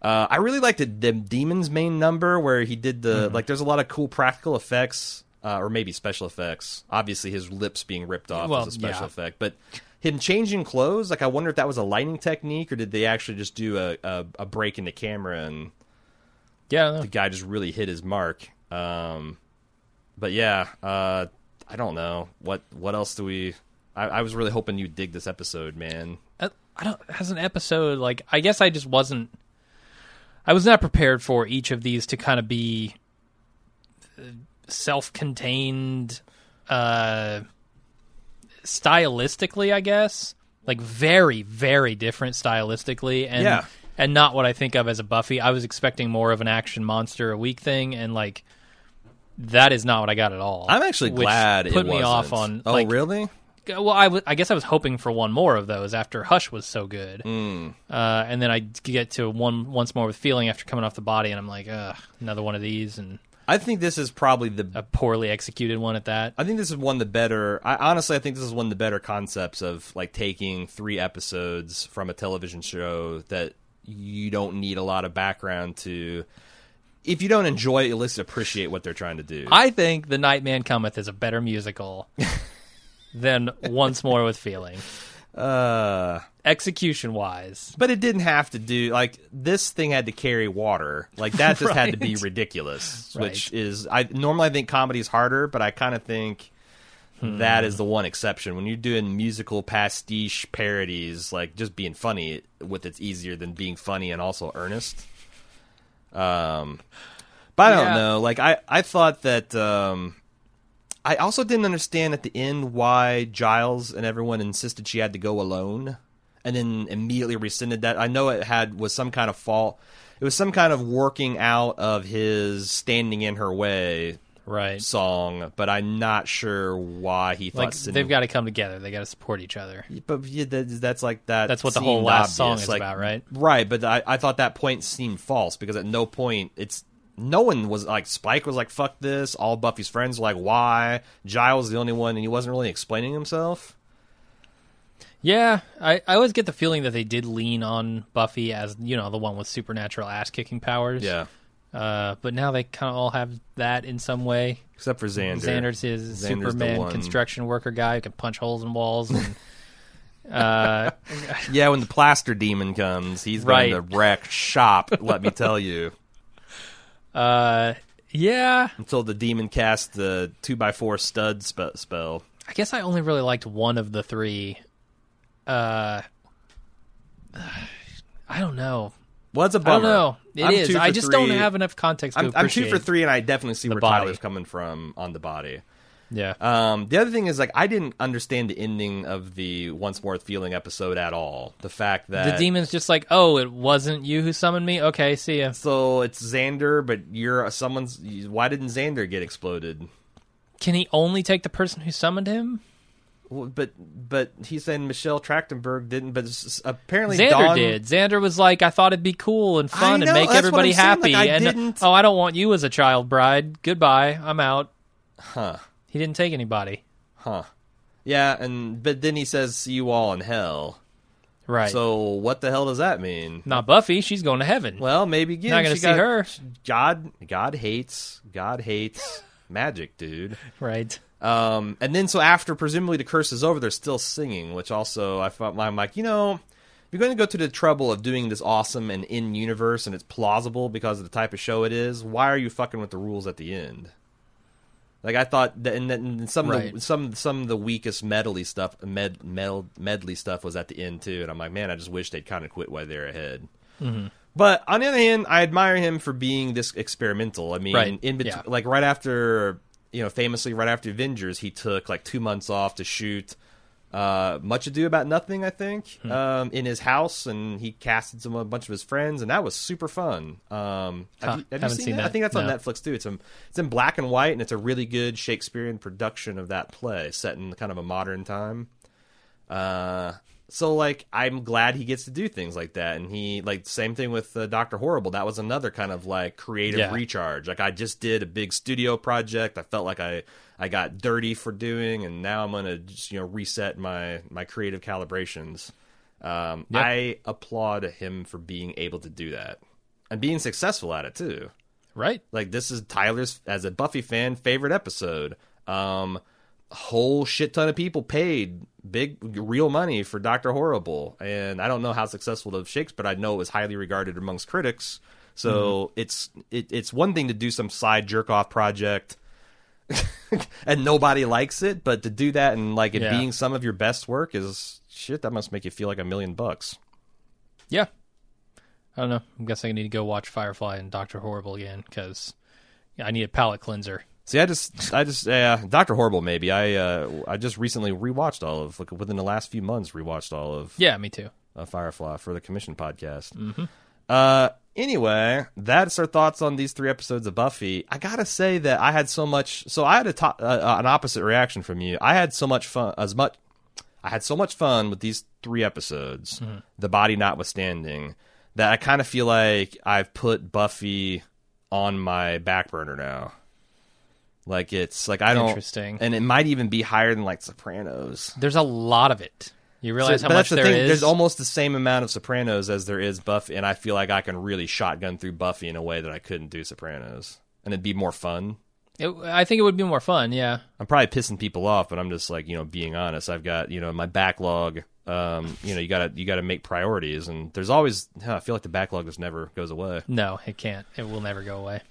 Uh, I really liked the, the demon's main number where he did
Mm-hmm.
the like. There's a lot of cool practical effects, uh, or maybe special effects. Obviously, his lips being ripped off
Well,
was a special
yeah.
effect, but him changing clothes. Like, I wonder if that was a lighting technique, or did they actually just do a, a, a break in the camera and
yeah. I don't know.
the guy just really hit his mark. Um, but yeah, uh, I don't know what what else do we. I, I was really hoping you'd dig this episode, man.
I uh, I don't as an episode like I guess I just wasn't I was not prepared for each of these to kind of be uh, self-contained uh stylistically, I guess. Like very very different stylistically and
Yeah.
and not what I think of as a Buffy. I was expecting more of an action monster a week thing and like that is not what I got at all.
I'm actually
which
glad
put
it
me
wasn't.
off on
Oh,
like,
really?
well, I wa- I guess I was hoping for one more of those after Hush was so good,
Hmm.
uh, and then I get to one once more with feeling after coming off the body, and I'm like, Ugh, another one of these, and
I think this is probably the
a poorly executed one at that.
I think this is one of the better. I honestly, I think this is one of the better concepts of like taking three episodes from a television show that you don't need a lot of background to. If you don't enjoy it, at least appreciate what they're trying to do.
I think The Nightman Cometh is a better musical than Once More with Feeling,
uh,
execution wise.
but it didn't have to do like this thing had to carry water. Like that just had to be
Right.
ridiculous, which is I normally I think comedy's harder, but I kind of think. That is the one exception. When you're doing musical pastiche parodies, like just being funny with it's easier than being funny and also earnest. Um, but I don't
Yeah.
know. Like I, I thought that. Um, I also didn't understand at the end why Giles and everyone insisted she had to go alone, and then immediately rescinded that. I know it had was some kind of fault. It was some kind of working out of his standing in her way
Right,
song, but I'm not sure why he thought
like
sending-
they've got to come together. They got to support each other.
But yeah, that, that's like that.
That's what the whole
seemed
last song
obvious,
is
like-
about, right?
Right, but I, I thought that point seemed false because at no point it's no one was like Spike was like fuck this. All Buffy's friends were like why Giles the only one and he wasn't really explaining himself.
Yeah, I, I always get the feeling that they did lean on Buffy as you know the one with supernatural ass kicking powers. Uh, but now they kind of all have that in some way.
Except for Xander.
Xander's
Xander's
his
the
Superman
one.
construction worker guy who can punch holes in walls. And, uh,
Yeah, when the plaster demon comes, he's
Right.
going to wreck shop, let me tell you.
uh, yeah,
Until the demon casts the 2x4 stud spe- spell.
I guess I only really liked one of the three. Uh, I don't know.
Well, that's a
I don't
bummer.
know. It
I'm
is.
two
I
for
just
three.
don't have enough context
I'm,
to
I'm two
appreciate.
for three, and I definitely see where
body.
Tyler's coming from on the body.
Yeah.
Um, the other thing is, like, I didn't understand the ending of the Once More Feeling episode at all. The fact that.
the demon's just like, oh, it wasn't you who summoned me. Okay, see ya.
So it's Xander, but you're someone's. Why didn't Xander get exploded?
Can he only take the person who summoned him?
Well, But but he's saying Michelle Trachtenberg didn't. But s- s- apparently
Xander
Dawn-
did. Xander was like, I thought it'd be cool and fun
know,
and
that's
make
what
everybody
I'm saying,
happy.
like, I
and
didn't-
oh, I don't want you as a child bride. Goodbye. I'm out.
Huh.
He didn't take anybody.
Huh. Yeah, and but then he says, "See you all in hell."
Right.
So what the hell does that mean?
not Buffy. She's going to heaven.
Well, maybe again,
Not gonna
she
see
got-
her.
God, God hates, God hates magic, dude.
right.
Um, and then so after presumably the curse is over, they're still singing, which also I felt I'm like, you know, if you're going to go to the trouble of doing this awesome and in universe and it's plausible because of the type of show it is, why are you fucking with the rules at the end? Like I thought, that, and then some of the,
Right.
some some of the weakest medley stuff, med, med medley stuff was at the end too, and I'm like, man, I just wish they'd kind of quit while they're ahead. But on the other hand, I admire him for being this experimental. I mean,
Right,
in between,
yeah.
like right after you know, famously right after Avengers, he took like two months off to shoot uh, Much Ado About Nothing, I think,
Hmm.
um, in his house, and he casted some a bunch of his friends, and that was super fun. Um, have
Huh,
you, have you
haven't
seen,
seen
that? I
that,
think that's on
no.
Netflix too. It's in, it's in black and white, and it's a really good Shakespearean production of that play, set in kind of a modern time. Uh, so like I'm glad he gets to do things like that, and he like same thing with uh, Doctor Horrible. That was another kind of like creative
Yeah.
recharge. Like I just did a big studio project. I felt like I I got dirty for doing, and now I'm gonna just you know reset my my creative calibrations. Um,
Yep.
I applaud him for being able to do that and being successful at it too
Right.
like this is Tyler's as a Buffy fan favorite episode. Um, whole shit ton of people paid big real money for Doctor Horrible, and I don't know how successful the shakes, but I know it was highly regarded amongst critics. So it's it, it's one thing to do some side jerk off project. and nobody likes it, but to do that and like it
Yeah.
being some of your best work is shit. That must make you feel like a million bucks.
Yeah. I don't know. I'm guessing I need to go watch Firefly and Doctor Horrible again because I need a palate cleanser.
See, I just, I just, uh, Doctor Horrible. Maybe I, uh, I just recently rewatched all of, like, within the last few months, rewatched all of
Yeah, me too.
uh, Firefly for the Commission podcast. Uh, anyway, that's our thoughts on these three episodes of Buffy. I gotta say that I had so much. So I had a to- uh, uh, an opposite reaction from you. I had so much fun as much. I had so much fun with these three episodes, the body notwithstanding, that I kind of feel like I've put Buffy on my back burner now. Like it's like I don't
Interesting.
and it might even be higher than like Sopranos.
There's a lot of it. You realize
So-
how much
the
there is.
There's almost the same amount of Sopranos as there is Buffy, and I feel like I can really shotgun through Buffy in a way that I couldn't do Sopranos, and it'd be more fun.
It- I think it would be more fun. Yeah.
I'm probably pissing people off, but I'm just like you know being honest. I've got you know my backlog. Um, you know you gotta you gotta make priorities, and there's always huh, I feel like the backlog just never goes away.
No, it can't. It will never go away.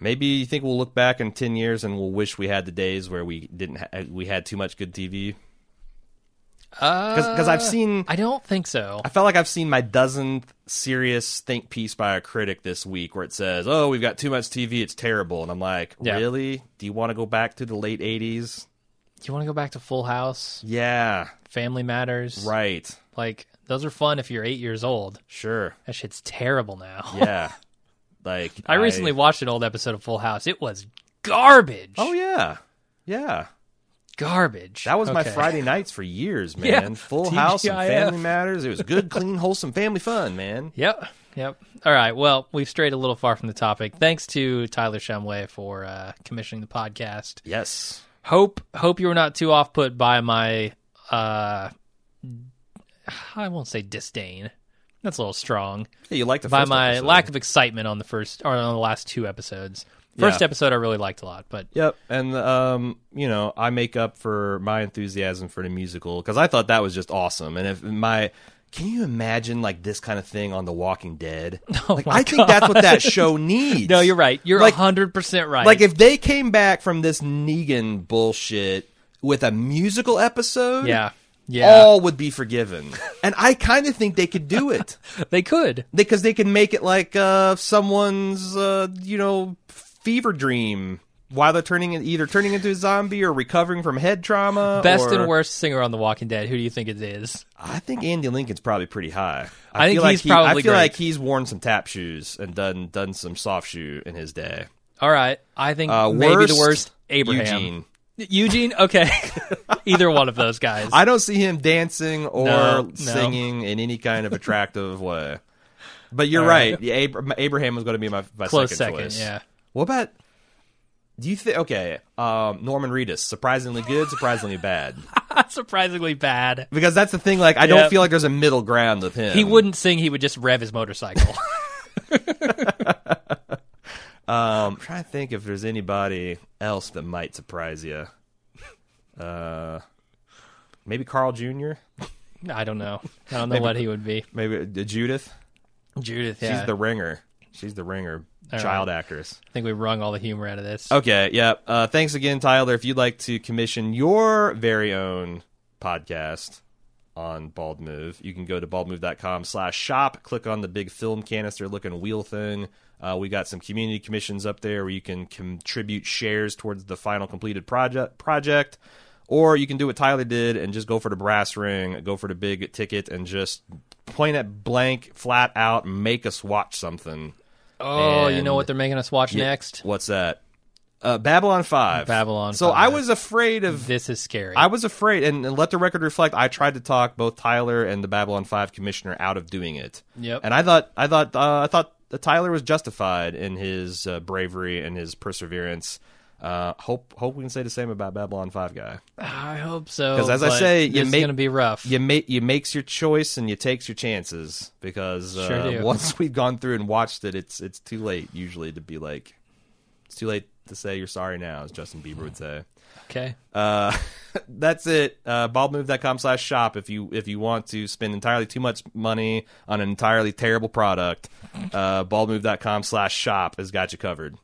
Maybe you think we'll look back in ten years and we'll wish we had the days where we didn't ha- we had too much good TV because
Uh,
I've seen
I don't think so.
I felt like I've seen my dozenth serious think piece by a critic this week where it says, "Oh, we've got too much TV; it's terrible." And I'm like,
Yeah.
"Really? Do you want to go back to the late '80s?"
You want to go back to Full House,
Yeah,
Family Matters,
right.
Like those are fun if you're eight years old.
Sure.
That shit's terrible now.
Yeah. like
I recently watched an old episode of Full House. It was garbage.
Oh yeah, yeah.
garbage.
That was my
Okay.
Friday nights for years, man.
Yeah,
Full House and
TGIF.
Family Matters. It was good, clean, wholesome family fun, man.
Yep. Yep. All right. Well, we've strayed a little far from the topic. Thanks to Tyler Shumway for uh, commissioning the podcast.
Yes.
Hope hope you were not too off put by my uh I won't say disdain, that's a little strong.
Yeah, you liked the
by
first
my
episode.
lack of excitement on the first or on the last two episodes. First
Yeah.
episode I really liked a lot, but
Yep, and um, you know, I make up for my enthusiasm for the musical because I thought that was just awesome. And if my, can you imagine like this kind of thing on The Walking Dead? like,
Oh my
I think that's what that show needs.
no, you're right. You're
Like-
hundred percent right.
Like if they came back from this Negan bullshit with a musical episode,
yeah, yeah,
all would be forgiven. and I kind of think they could do it
they could.
because they can make it like uh, someone's uh, you know fever dream while they're turning in, either turning into a zombie or recovering from head trauma.
Best
or-
and worst singer on The Walking Dead. Who do you think it is?
I think Andy Lincoln's probably pretty high.
I think
feel like
he's
he- I
probably
feel
great.
like he's worn some tap shoes and done done some soft shoe in his day.
All right, I think
Uh,
maybe
worst,
the worst. Abraham
Eugene.
Eugene? Okay, either one of those guys.
I don't see him dancing or
No, no.
singing in any kind of attractive way. But you're
All
right.
right.
Yeah, Abra- Abraham was going to be my, my
Close
second,
second,
choice.
yeah.
What about? Do you think? Okay, um, Norman Reedus, surprisingly good, surprisingly bad.
Surprisingly bad.
Because that's the thing. Like, I don't
Yep.
feel like there's a middle ground with him.
He wouldn't sing. He would just rev his motorcycle.
Um, I'm trying to think if there's anybody else that might surprise you. Uh, maybe Carl Jr.
I don't know. I don't know what he would be.
Maybe uh, Judith.
Judith. Yeah.
She's the ringer. She's the ringer.
All
child actress.
I think we wrung all the humor out of this.
Okay, yeah. Uh, thanks again, Tyler. If you'd like to commission your very own podcast on Bald Move, you can go to baldmove.com slash shop, click on the big film canister looking wheel thing. Uh, we got some community commissions up there where you can contribute shares towards the final completed project project. Or you can do what Tyler did and just go for the brass ring, go for the big ticket, and just plain at blank, flat out, make us watch something.
Oh, you know
And-
what they're making us watch next?
What's that? Uh, Babylon Five.
Babylon
So
5.
I was afraid of.
This is scary.
I was afraid, and, and let the record reflect. I tried to talk both Tyler and the Babylon Five commissioner out of doing it.
Yep.
And I thought, I thought, uh, I thought that Tyler was justified in his uh, bravery and his perseverance. Uh, hope, hope we can say the same about Babylon Five guy.
I hope so.
'Cause as I
but
say, you
this
make-
is gonna be rough.
You make you makes your choice and you takes your chances because uh,
Sure do.
once we've gone through and watched it, it's it's too late usually to be like, it's too late to say you're sorry now, as Justin Bieber would say.
Okay.
Uh, that's it. Uh, baldmove.com slash shop if you if you want to spend entirely too much money on an entirely terrible product. Uh, baldmove.com slash shop has got you covered.